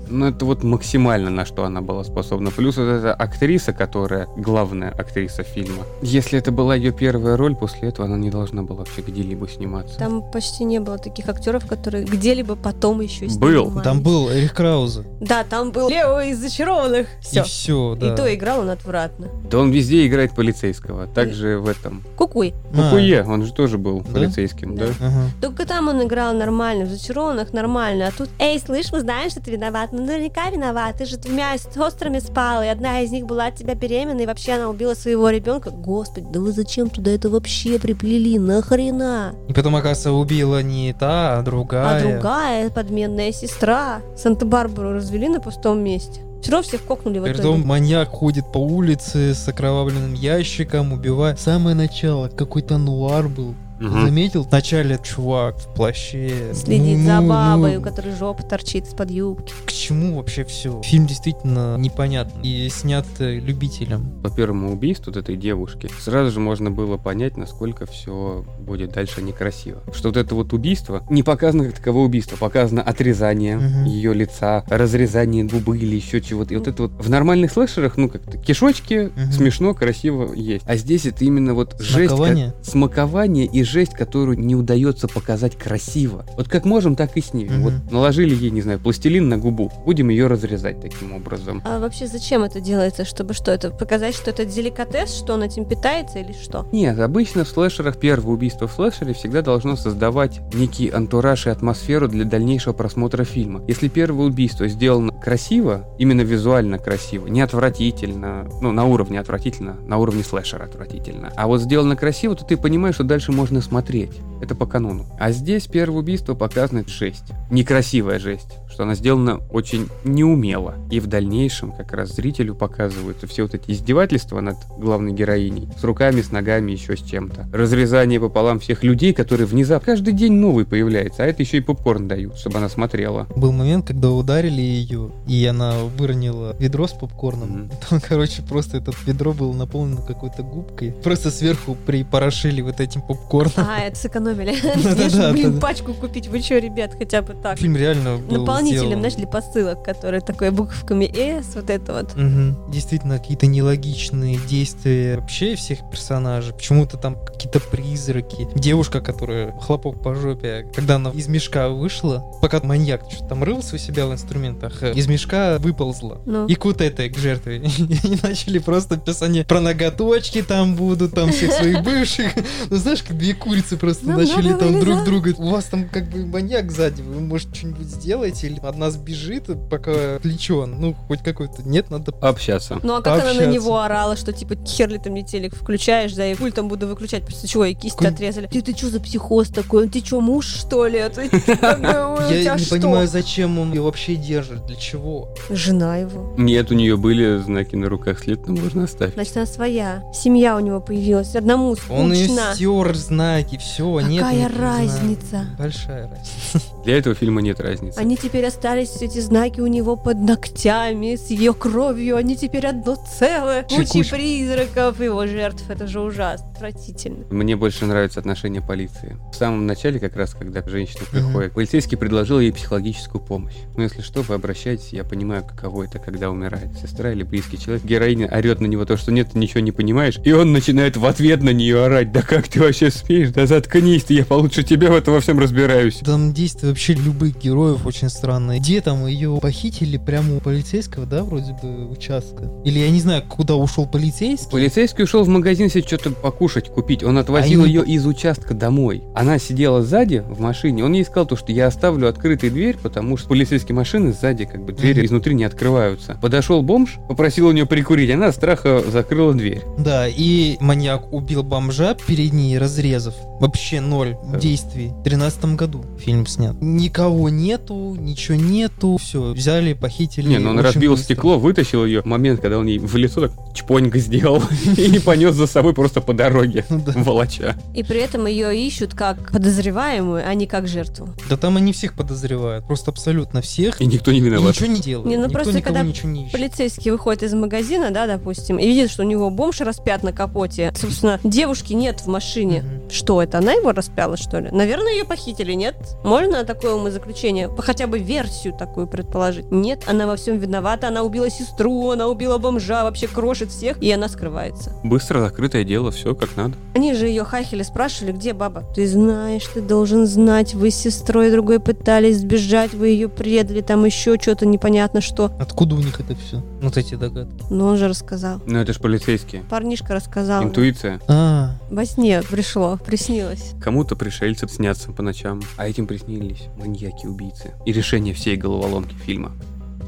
S1: Ну, это вот максимально на что она была способна. Плюс вот эта актриса, которая главная актриса фильма. Если это была ее первая роль, после этого она не должна была вообще где-либо сниматься.
S2: Там почти не было таких актеров, которые где-либо потом еще
S1: Был.
S2: снимались.
S3: Там был Эрих Крауза.
S2: Да, там был Лео из зачарованных. Все.
S3: И все, да.
S2: И то играл он отвратно.
S1: Да он везде играет полицейского. Также в этом.
S2: Кукуй.
S3: А,
S1: Кукуе, он же тоже был
S3: Да?
S1: полицейским, да?
S3: ага.
S2: Только там он играл нормально, в зачарованных нормально, а тут Эй, слышь, мы знаем, что ты виноват, ну наверняка виноват, ты же двумя сестрами спал, и одна из них была от тебя беременна, и вообще она убила своего ребенка. Господи, да вы зачем туда это вообще приплели, нахрена?
S3: И потом, оказывается, убила не та, а
S2: А,
S3: другая.
S2: другая подменная сестра. Санта-Барбару развели на пустом месте. Все равно всех кокнули в
S3: Притом
S2: итоге.
S3: маньяк ходит по улице с окровавленным ящиком, убивает. Самое начало, какой-то нуар был.
S1: Мгм.
S3: Заметил? Вначале чувак в плаще.
S2: Следить
S3: Ну,
S2: за
S3: ну,
S2: бабой, у
S3: ну,
S2: которой жопа торчит из-под юбки.
S3: К чему вообще все? Фильм действительно непонятный и снят э, любителем.
S1: по первому убийству вот этой девушки, сразу же можно было понять, насколько все будет дальше некрасиво. Что вот это вот убийство не показано как таковое убийство, показано отрезание
S3: Мгм.
S1: ее лица, разрезание губы или еще чего-то. И вот это вот в нормальных слэшерах, ну как-то кишочки,
S3: Мгм.
S1: смешно, красиво есть. А здесь это именно вот
S3: Смакование?
S1: жесть, ко- смакование и жесть, которую не удается показать красиво. Вот как можем, так и снимем.
S3: Мгм.
S1: Вот наложили ей, не знаю, пластилин на губу, будем ее разрезать таким образом.
S2: А вообще зачем это делается? Чтобы что это? Показать, что это деликатес, что он этим питается или что?
S1: Нет, обычно в слэшерах первое убийство в слэшере всегда должно создавать некий антураж и атмосферу для дальнейшего просмотра фильма. Если первое убийство сделано красиво, именно визуально красиво, не отвратительно, ну, на уровне отвратительно, на уровне слэшера отвратительно, а вот сделано красиво, то ты понимаешь, что дальше можно смотреть. Это по канону. А здесь первое убийство показано жесть. Некрасивая жесть. Что она сделана очень неумело. И в дальнейшем как раз зрителю показываются все вот эти издевательства над главной героиней. С руками, с ногами, еще с чем-то. Разрезание пополам всех людей, которые внезапно... Каждый день новый появляется. А это еще и попкорн дают, чтобы она смотрела.
S3: Был момент, когда ударили ее, и она выронила ведро с попкорном.
S1: Мгм.
S3: Там, короче, просто это ведро было наполнено какой-то губкой. Просто сверху припорошили вот этим попкорном.
S2: А, это сэкономили.
S3: Да-да-да,
S2: Где же, блин,
S3: да-да.
S2: пачку купить? Вы что, ребят, хотя бы так?
S3: Фильм реально был
S2: Ну, исполнителем,
S3: сделано.
S2: знаешь, для посылок, которые такой буковками «С», вот это вот.
S3: Мгм. Действительно, какие-то нелогичные действия вообще всех персонажей. Почему-то там какие-то призраки. Девушка, которая хлопок по жопе, когда она из мешка вышла, пока маньяк что-то там рылся у себя в инструментах, э, из мешка выползла.
S2: Ну,
S3: И к вот этой, к жертве. И начали просто писание про ноготочки там будут, там всех своих бывших. Ну, знаешь, как две курицы просто
S2: Нам
S3: начали
S2: надо
S3: там друг
S2: вылезать.
S3: друга. У вас там как бы маньяк сзади, вы, может, что-нибудь сделаете? Или одна сбежит, пока отвлечен. Ну, хоть какой-то. Нет, надо...
S1: Общаться.
S2: ну а как она
S3: пообщаться.
S2: на него орала, что типа хер ли ты мне телек включаешь, да и пульт там буду выключать, после чего и кисть
S3: Кон-
S2: отрезали. Ты, ты что за психоз такой? Он ты что, муж что ли? А ты- ты как бы, ой, у тебя
S3: Я не
S2: а что?
S3: понимаю, зачем он ее вообще держит, для чего.
S2: Жена его.
S1: Нет, у нее были знаки на руках след, но можно оставить.
S2: Значит, она своя. Семья у него появилась. Одному
S3: Он ее
S2: скучно.
S3: стер знаки, все, нет.
S2: Какая
S3: нет, не знаю.
S2: разница?
S3: Большая разница.
S1: Для этого фильма нет разницы.
S2: Они теперь остались эти знаки у него под ногтями, с ее кровью, они теперь одно целое. Куча
S3: Чекуч.
S2: призраков, его жертв, это же ужасно, отвратительно.
S1: Мне больше нравится отношение полиции. В самом начале, как раз, когда женщина
S3: Мгм.
S1: приходит, полицейский предложил ей психологическую помощь. Ну, если что, вы обращайтесь, я понимаю, каково это, когда умирает сестра или близкий человек. Героиня орет на него то, что нет, ты ничего не понимаешь, и он начинает в ответ на нее орать. Да как ты вообще смеешь? Да заткнись ты, я получше тебя в этом во всем разбираюсь.
S3: Там действия вообще любых героев очень странные. Где там ее похитили прямо у полицейского, да, вроде бы, участка? Или я не знаю, куда ушел полицейский?
S1: Полицейский ушел в магазин себе что-то покушать, купить. Он отвозил
S3: Они-
S1: ее из участка домой. Она сидела сзади в машине. Он ей сказал то, что я оставлю открытой дверь, потому что полицейские машины сзади, как бы двери
S3: Мгм.
S1: изнутри не открываются. Подошел бомж, попросил у нее прикурить. Она от страха закрыла дверь.
S3: Да, и маньяк убил бомжа перед ней, разрезов. Вообще ноль
S1: Да.
S3: действий. В тринадцатом году фильм снят. Никого нету, ничего нету. Все, взяли, похитили.
S1: Не, ну он
S3: очень
S1: разбил
S3: быстро.
S1: стекло, вытащил ее. Момент, когда он ей в лицо так чпонько сделал и понес за собой просто по дороге.
S3: Ну да.
S1: Волоча.
S2: И при этом ее ищут как подозреваемую, а не как жертву.
S3: Да там они всех подозревают. Просто абсолютно всех.
S1: И никто не
S3: И
S1: виноват.
S3: ничего не делают.
S2: Не, ну
S3: Никто
S2: просто
S3: никого
S2: когда
S3: ничего не ищет.
S2: Полицейский выходит из магазина, да, допустим, и видит, что у него бомж распят на капоте. Собственно, девушки нет в машине.
S3: Мгм.
S2: Что это, она его распяла, что ли? Наверное, ее похитили, нет? Можно такое умозаключение? По- Хотя бы версию такую предположить. Нет, она во всем виновата, она убила сестру, она убила бомжа, вообще крошит всех, и она скрывается.
S1: Быстро закрытое дело, все как надо.
S2: Они же ее хахили, спрашивали, где баба? Ты знаешь, ты должен знать, вы с сестрой другой пытались сбежать, вы ее предали, там еще что-то непонятно что.
S3: Откуда у них это все? Вот эти догадки.
S2: Но он же рассказал.
S1: Но Ну, это ж полицейские.
S2: Парнишка рассказал.
S1: Интуиция.
S3: А,
S2: Во сне пришло, приснилось.
S1: Кому-то пришельцы снятся по ночам, а этим приснились маньяки-убийцы. И решение всей головоломки фильма.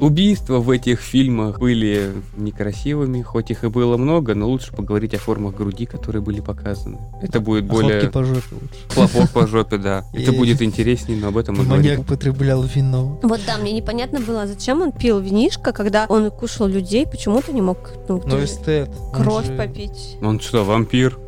S1: Убийства в этих фильмах были некрасивыми, хоть их и было много, но лучше поговорить о формах груди, которые были показаны. Это будет
S3: хлопки
S1: более
S3: по жопе лучше.
S1: хлопок по жопе, да. Это
S3: А И-
S1: будет интереснее, но об этом мы
S3: Маньяк
S1: говорим.
S3: употреблял вино.
S2: Вот да, мне непонятно было, зачем он пил винишко, когда он кушал людей, почему-то не мог ну,
S3: Но
S2: ты-
S3: эстет. он
S2: кровь
S3: же-
S2: попить.
S1: Он что, вампир?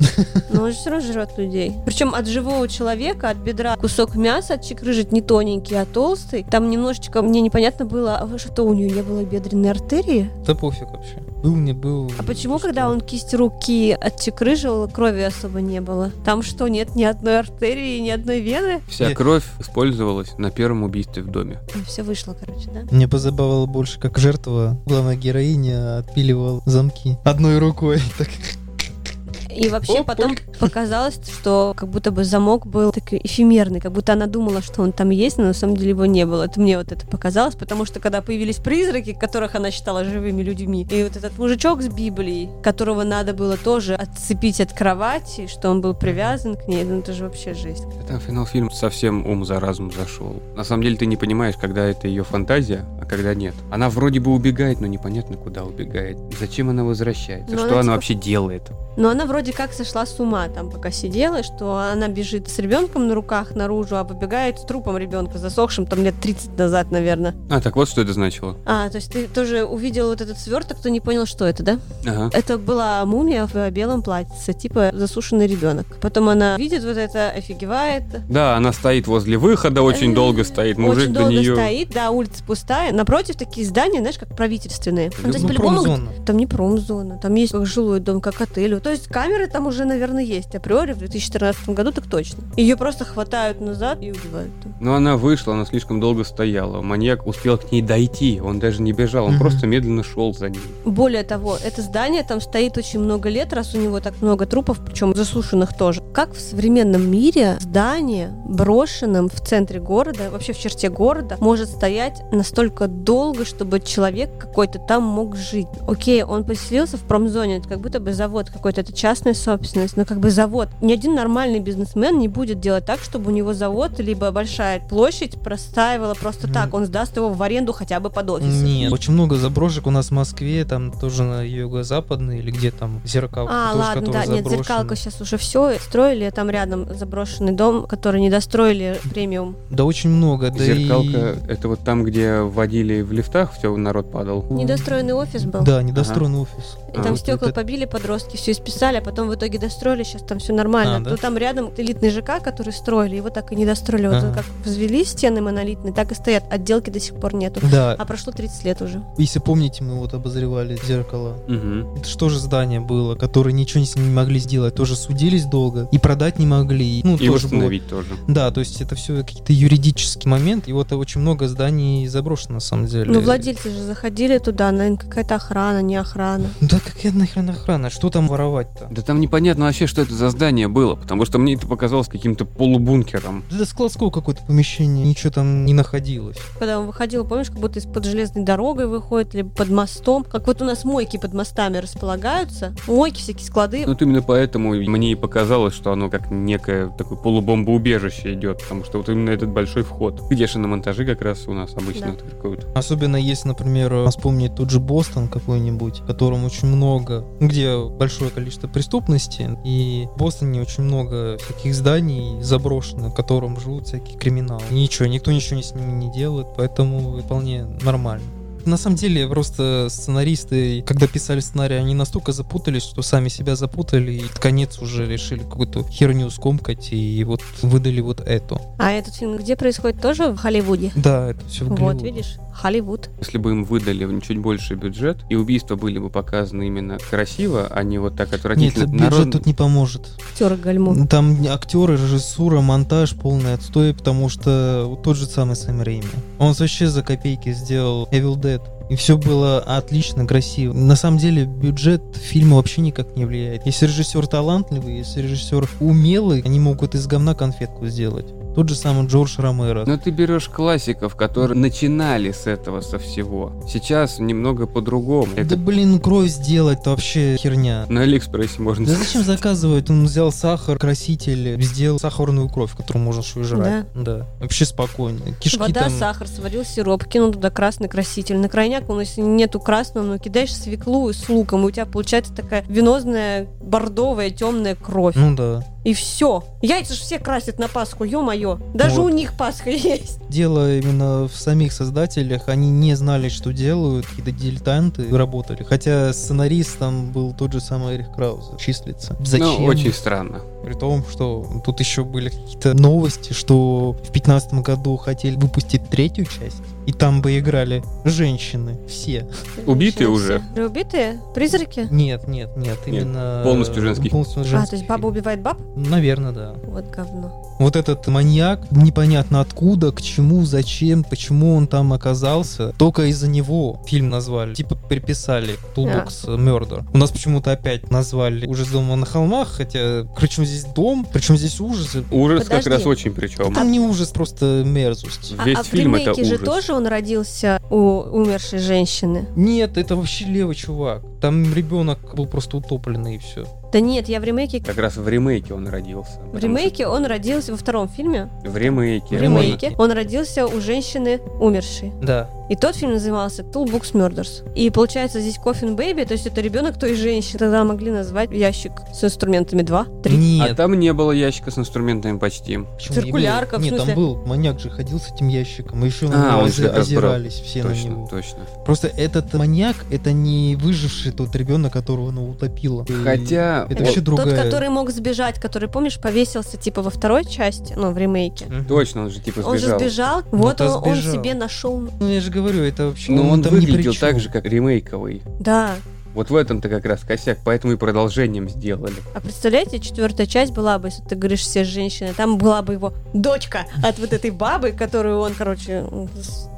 S2: Но он же все равно жрет людей. Причем от живого человека, от бедра кусок мяса отчекрыжить не тоненький, а толстый. Там немножечко мне непонятно было, а что у нее не было бедренной артерии.
S3: Да пофиг вообще. Был, не был.
S2: А почему,
S3: что?
S2: когда он кисть руки отчекрыжил, крови особо не было? Там что, нет ни одной артерии, ни одной вены?
S1: Вся
S3: Я-
S1: кровь использовалась на первом убийстве в доме.
S2: Все вышло, короче, да?
S3: Мне позабавило больше, как жертва, главная героиня, отпиливал замки одной рукой. Так,
S2: И вообще
S3: Опа.
S2: потом показалось, что как будто бы замок был такой эфемерный, как будто она думала, что он там есть, но на самом деле его не было. Это мне вот это показалось, потому что когда появились призраки, которых она считала живыми людьми, и вот этот мужичок с Библией, которого надо было тоже отцепить от кровати, что он был привязан к ней, ну это же вообще жесть.
S1: Да Там финал фильма совсем ум за разум зашел. На самом деле ты не понимаешь, когда это ее фантазия, а когда нет. Она вроде бы убегает, но непонятно куда убегает. Зачем она возвращается?
S2: Ну,
S1: что
S2: она
S1: она
S2: типа-
S1: вообще делает?
S2: Но она вроде как сошла с ума там, пока сидела, что она бежит с ребенком на руках наружу, а побегает с трупом ребенка, засохшим там лет 30 назад, наверное.
S1: А, так вот что это значило.
S2: А, то есть ты тоже увидел вот этот сверток, кто не понял, что это, да?
S1: Ага.
S2: Это была мумия в белом платьице, типа засушенный ребенок. Потом она видит вот это, офигевает.
S1: Да, она стоит возле выхода, очень долго стоит. Мужик
S2: Очень
S1: до
S2: долго
S1: нее.
S2: стоит, да, улица пустая. Напротив такие здания, знаешь, как правительственные. Ну, то есть
S1: Ну,
S2: по-любому
S3: промзона.
S2: там не промзона, там есть как жилой дом, как отель. То есть камеры там уже, наверное, есть априори, в 2014 году так точно. Ее просто хватают назад и убивают.
S1: Но она вышла, она слишком долго стояла. Маньяк успел к ней дойти, он даже не бежал, он
S3: Мгм.
S1: просто медленно шел за ней.
S2: Более того, это здание там стоит очень много лет, раз у него так много трупов, причем засушенных тоже. Как в современном мире здание, брошенным в центре города, вообще в черте города, может стоять настолько долго, чтобы человек какой-то там мог жить? Окей, он поселился в промзоне, это как будто бы завод какой-то, это частная собственность, но как бы завод. Ни один нормальный бизнесмен не будет делать так, чтобы у него завод, либо большая площадь простаивала просто
S3: Мгм.
S2: так, он сдаст его в аренду хотя бы под офис.
S3: Нет, очень много заброшек у нас в Москве, там тоже на юго-западной, или где там зеркалка,
S2: А,
S3: тоже,
S2: ладно, да,
S3: которая
S2: нет,
S3: заброшена.
S2: зеркалка сейчас уже все строили, там рядом заброшенный дом, который не достроили премиум.
S3: Да очень много, да
S1: Зеркалка это вот там, где водили в лифтах, все народ падал.
S3: и...
S2: Недостроенный офис был.
S3: Да, недостроенный офис.
S2: И там
S1: А,
S2: стекла
S3: это-
S2: побили, подростки все исписали, а потом в итоге достроили, сейчас там все нормально.
S3: А, да?
S2: Но там рядом элитный ЖК, который строили, его так и не достроили. Вот
S3: Ага.
S2: как возвели стены монолитные, так и стоят, отделки до сих пор нету.
S3: Да,
S2: А прошло 30 лет уже.
S3: если помните, мы вот обозревали зеркало.
S1: Мгм.
S3: Это что же здание было, которое ничего с ним не могли сделать, тоже судились долго и продать не могли. Ну,
S1: И
S3: тоже было
S1: восстановить тоже.
S3: Да, то есть это все какие-то юридические моменты, и вот очень много зданий заброшено на самом деле.
S2: Ну, владельцы же заходили туда, наверное, какая-то охрана, не охрана.
S3: Да какая нахрен охрана? Что там воровать-то?
S1: Да там непонятно вообще, что это за здание было, потому что мне это показалось каким-то полубункером.
S3: Да это складское какое-то помещение, ничего там не находилось.
S2: Когда он выходил, помнишь, как будто из-под железной дорогой выходит, либо под мостом. Как вот у нас мойки под мостами располагаются. Мойки, всякие склады.
S1: Ну, Вот именно поэтому мне и показалось, что оно как некое такое полубомбоубежище идет, потому что вот именно этот большой вход, где же на монтаже как раз у нас обычно
S2: Да.
S1: вот какое-то.
S3: Особенно если, например, э, вспомнить тот же Бостон какой-нибудь, в котором очень много, ну, где большое количество преступности, и в Бостоне очень много всяких зданий заброшено, в котором живут всякие криминалы. Ничего, никто ничего с ними не делает, поэтому вполне нормально. На самом деле, просто сценаристы, когда писали сценарий, они настолько запутались, что сами себя запутали, и под конец уже решили какую-то херню скомкать, и вот выдали вот эту.
S2: А этот фильм где происходит? Тоже в Холливуде?
S3: Да, это все в
S2: Вот,
S3: Голливуде.
S2: видишь, Холливуд.
S1: Если бы им выдали чуть больше бюджет, и убийства были бы показаны именно красиво, а не вот так
S3: Нет,
S1: отвратительно.
S3: бюджет
S1: Народ-
S3: тут не поможет.
S2: Актер Гальмо.
S3: Там актеры, режиссура, монтаж полный отстой, потому что вот тот же самый Сэм Рейми. Он вообще за копейки сделал Evil Dead. И все было отлично, красиво. На самом деле бюджет фильма вообще никак не влияет. Если режиссер талантливый, если режиссер умелый, они могут из говна конфетку сделать. Тот же самый Джордж Ромеро.
S1: Но Ну, ты берешь классиков, которые начинали с этого со всего. Сейчас немного по-другому.
S3: Да
S1: Это
S3: блин, кровь сделать то вообще херня.
S1: на Алиэкспрессе можно.
S3: Да зачем заказывать? Он взял сахар, краситель, сделал сахарную кровь, которую можно еще и жрать. Да. Вообще спокойно. Кишки
S2: Вода,
S3: там...
S2: сахар, сварил сироп, кинул туда красный краситель. На крайняк, он, если нету красного, ну кидаешь свеклу с луком, и у тебя получается такая венозная, бордовая, темная кровь.
S3: Ну да.
S2: И все. Яйца же все красят на Пасху, ё-моё. Даже
S3: Вот.
S2: у них Пасха есть.
S3: Дело именно в самих создателях. Они не знали, что делают. Какие-то дилетанты работали. Хотя сценаристом был тот же самый Эрих Краузе. Числится. Зачем?
S1: Ну, очень странно.
S3: При том, что тут еще были какие-то новости, что в 2015 году хотели выпустить третью часть. И там бы играли женщины. Все.
S1: Убитые
S2: Женщины
S1: уже?
S2: все. Убитые? Призраки?
S3: Нет, нет, нет. Именно...
S1: полностью женский.
S3: Полностью
S2: А,
S3: женский
S2: то есть баба
S3: фильм.
S2: убивает баб?
S3: Наверное, да.
S2: Вот говно.
S3: Вот этот маньяк, непонятно откуда, к чему, зачем, почему он там оказался. Только из-за него фильм назвали. Типа приписали Toolbox Murder. У нас почему-то опять назвали «Ужас дома на холмах», хотя причем здесь дом, причем здесь ужасы.
S1: Ужас
S2: Подожди.
S1: как раз очень причем.
S3: Там не ужас, просто мерзость.
S2: А-
S1: Весь
S2: а, в
S1: фильм это
S2: ремейке
S1: ужас.
S2: же тоже он родился у умершей женщины.
S3: Нет, это вообще левый чувак. Там ребенок был просто утопленный и все.
S2: Да нет, я в ремейке.
S1: Как раз в ремейке он родился.
S2: В ремейке он родился во втором фильме.
S1: В ремейке.
S2: В
S3: Я
S2: ремейке
S3: понял.
S2: он родился у женщины умершей.
S3: Да.
S2: И тот фильм назывался Toolbox Murders. И получается здесь Coffin Baby, то есть это ребенок той женщины. Тогда могли назвать ящик с инструментами 2, 3.
S1: А
S3: Нет.
S1: там не было ящика с инструментами почти.
S3: почему
S2: циркулярка,
S3: не
S2: в
S3: было? Нет,
S2: смысле?
S3: там был маньяк же ходил с этим ящиком, и еще
S1: А,
S3: на него
S1: он
S3: ози-
S1: же как раз брал.
S3: озирались все на
S1: точно,
S3: него.
S1: точно.
S3: Просто этот маньяк это не выживший тот ребенок, которого она утопила. И
S1: Хотя...
S3: это
S1: вот-
S3: вообще
S2: Тот,
S3: другая.
S2: который мог сбежать, который, помнишь, повесился типа во второй части, ну, в ремейке.
S3: Мгм.
S1: Точно, он же типа
S2: Он же
S1: сбежал.
S2: сбежал,
S3: Ну,
S2: вот
S3: то
S2: он, он
S3: сбежал.
S2: себе нашел.
S3: Ну я же говорю, это вообще.
S1: Но он
S3: там ни при
S1: выглядел
S3: чём.
S1: так же, как ремейковый.
S2: Да,
S1: Вот в этом-то как раз косяк, поэтому и продолжением сделали.
S2: А представляете, четвертая часть была бы, если ты говоришь все женщины, там была бы его дочка от вот этой бабы, которую он, короче,
S3: Но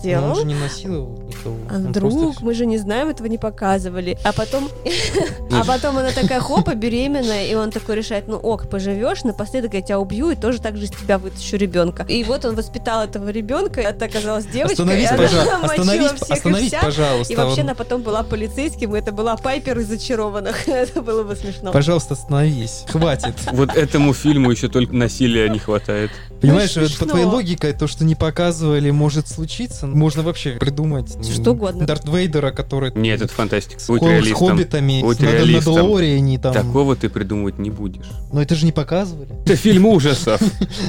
S2: сделал.
S3: Он же не насиловал никого.
S2: А
S3: он
S2: вдруг
S3: просто-
S2: мы же не знаем, этого не показывали. А потом, а потом она такая хопа, беременная, и он такой решает, ну ок, поживешь, напоследок я тебя убью и тоже так же из тебя вытащу ребенка. И вот он воспитал этого ребенка, и это оказалась девочка, и
S3: Остановись,
S2: она
S3: пожалуйста.
S2: мочила
S3: Остановись,
S2: всех и
S3: остановись,
S2: вся.
S3: пожалуйста.
S2: И вообще
S3: он-
S2: она потом была полицейским, и это была Пайпер из «Зачарованных». Это было бы смешно.
S3: Пожалуйста, остановись. Хватит.
S1: Вот этому фильму еще только насилия не хватает.
S3: Понимаешь,
S2: Ну,
S3: вот по
S2: смешно.
S3: твоей логике, то, что не показывали, может случиться. ну, Можно вообще придумать. м,
S2: Что угодно.
S3: Дарт Вейдера, который...
S1: Нет, это фантастика.
S3: С,
S1: Будь
S3: хоб- с
S1: реалистом.
S3: хоббитами,
S1: Будь
S3: с Надо-
S1: реалистом.
S3: Надалориане там.
S1: Такого ты придумывать не будешь.
S3: Но это же не показывали.
S1: Это фильм ужасов,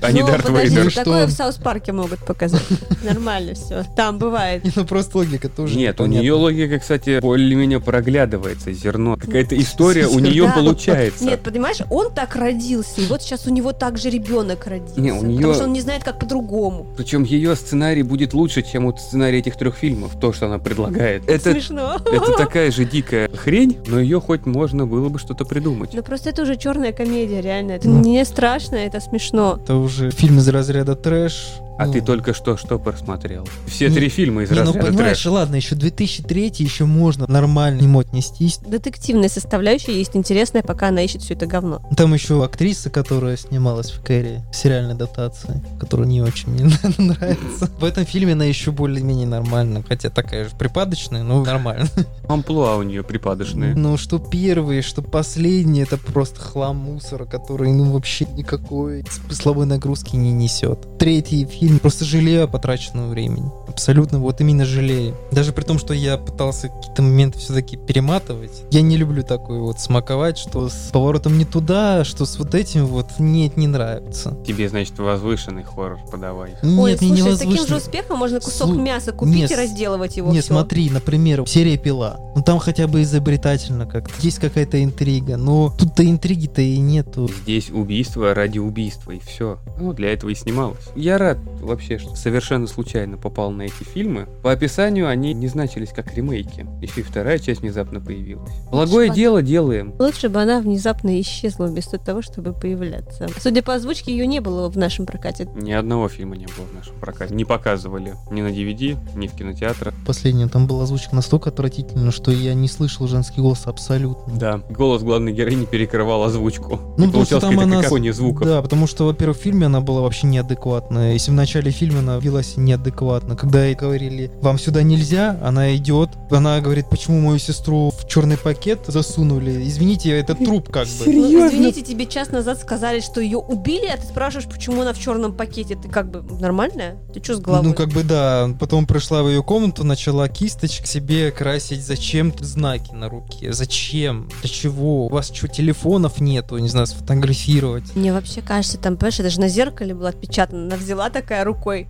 S1: а не
S2: Ну,
S1: Дарт
S2: подожди,
S1: Вейдер.
S3: ну что?
S2: такое в Саус-Парке могут показать. Нормально все. Там бывает.
S3: Ну, просто логика тоже.
S1: Нет, у
S3: непонятна.
S1: нее логика, кстати, более-менее проглядывается зерно. Какая-то история у нее
S2: Да.
S1: получается.
S2: Нет, понимаешь, он так родился, и вот сейчас у него также ребенок родился.
S1: Не, у неё-
S2: Потому что он не знает, как по-другому.
S1: Причем ее сценарий будет лучше, чем у сценария этих трех фильмов, то, что она предлагает. Это,
S2: Смешно.
S1: это такая же дикая хрень, но ее хоть можно было бы что-то придумать.
S2: Ну просто это уже черная комедия, реально. Это
S3: Ну.
S2: не страшно, это смешно.
S3: Это уже фильм из разряда трэш.
S1: А
S3: Ну,
S1: ты только что что просмотрел? Все
S3: Не-
S1: три фильма из
S3: не, ну
S1: разряда
S3: понимаешь,
S1: трэш.
S3: ладно, еще 2003 еще можно нормально к нему отнестись.
S2: Детективная составляющая есть интересная, пока она ищет все это говно.
S3: Там еще актриса, которая снималась в Кэрри, в сериальной дотации, которая не очень мне нравится. В этом фильме она еще более-менее нормальна, хотя такая же припадочная, но нормально.
S1: Амплуа у нее припадочные.
S3: Ну, что первые, что последние, это просто хлам мусора, который, ну, вообще никакой смысловой нагрузки не несет. Третий фильм, просто жалею о потраченном времени. Абсолютно, вот именно жалею. Даже при том, что я пытался какие-то моменты все-таки перематывать, я не люблю такое вот смаковать, что с поворотом не туда, что с вот этим вот, нет, не нравится.
S1: Тебе, значит, возвышенный хоррор подавай.
S3: Нет,
S2: Ой,
S3: мне не
S2: слушай, с таким же
S3: возвышенно.
S2: успехом можно кусок
S3: Слу-
S2: мяса купить
S3: не,
S2: и разделывать его.
S3: не,
S2: всё.
S3: смотри, например, серия «Пила». Ну, там хотя бы изобретательно как-то. Есть какая-то интрига, но тут-то интриги-то и нету.
S1: Здесь убийство ради убийства, и все. Ну, для этого и снималось. Я рад вообще, что совершенно случайно попал на эти фильмы. По описанию они не значились как ремейки. Еще и вторая часть внезапно появилась. Благое
S2: Шпак.
S1: дело делаем.
S2: Лучше бы она внезапно исчезла без того, чтобы появляться. Судя по озвучке, ее не было в нашем прокате.
S1: Ни одного фильма не было в нашем прокате. Не показывали ни на DVD, ни в кинотеатрах.
S3: Последняя там была озвучка настолько отвратительная, что я не слышал женский голос абсолютно.
S1: Да, голос главной героини перекрывал озвучку.
S3: Ну,
S1: И
S3: потому что
S1: получалась
S3: там
S1: какая-то
S3: она...
S1: какофония звуков.
S3: Да, потому что, во-первых, в фильме она была вообще неадекватная. Если в начале фильма она вела себя неадекватно, когда ей говорили, вам сюда нельзя, она идет. Она говорит, почему мою сестру в черный пакет засунули. Извините, это труп как бы.
S2: Ну, извините, тебе час назад сказали, что ее убили, а ты спрашиваешь, почему она в черном пакете. Ты как бы нормальная? Ты что с головой?
S3: Ну, как бы да. Потом пришла в ее комнату, начала кисточек себе красить. Зачем знаки на руке? Зачем? Для чего? У вас что, телефонов нету? Не знаю, сфотографировать.
S2: Мне вообще кажется, там, понимаешь, это же на зеркале было отпечатано. Она взяла такая рукой.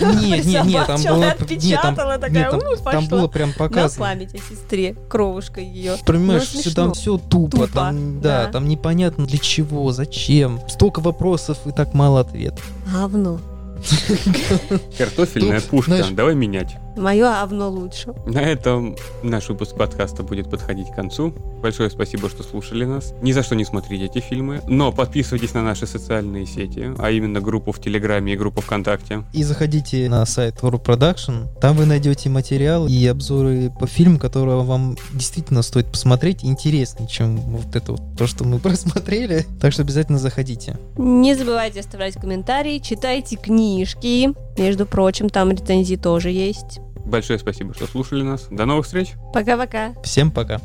S3: Нет, нет, нет, там
S2: присобачила,
S3: было... Нет, там,
S2: отпечатала такая,
S3: нет, там,
S2: «У,
S3: там
S2: пошла».
S3: было прям
S2: На
S3: показано.
S2: память о сестре, кровушка ее.
S3: Понимаешь,
S2: Ну,
S3: все
S2: смешно.
S3: там все тупо,
S2: Тупо,
S3: там, да,
S2: да.
S3: там непонятно для чего, зачем. Столько вопросов и так мало ответов.
S2: Авно.
S1: Картофельная
S3: Тут,
S1: пушка.
S3: знаешь-
S1: Давай менять.
S2: Мое авно лучше.
S1: На этом наш выпуск подкаста будет подходить к концу. Большое спасибо, что слушали нас. Ни за что не смотрите эти фильмы, но подписывайтесь на наши социальные сети, а именно группу в Телеграме и группу ВКонтакте.
S3: И заходите на сайт Horror Production, там вы найдете материалы и обзоры по фильмам, которые вам действительно стоит посмотреть, интереснее, чем вот это вот, то, что мы просмотрели. Так что обязательно заходите.
S2: Не забывайте оставлять комментарии, читайте книжки. Между прочим, там рецензии тоже есть.
S1: Большое спасибо, что слушали нас. До новых встреч!
S2: Пока-пока.
S3: Всем пока.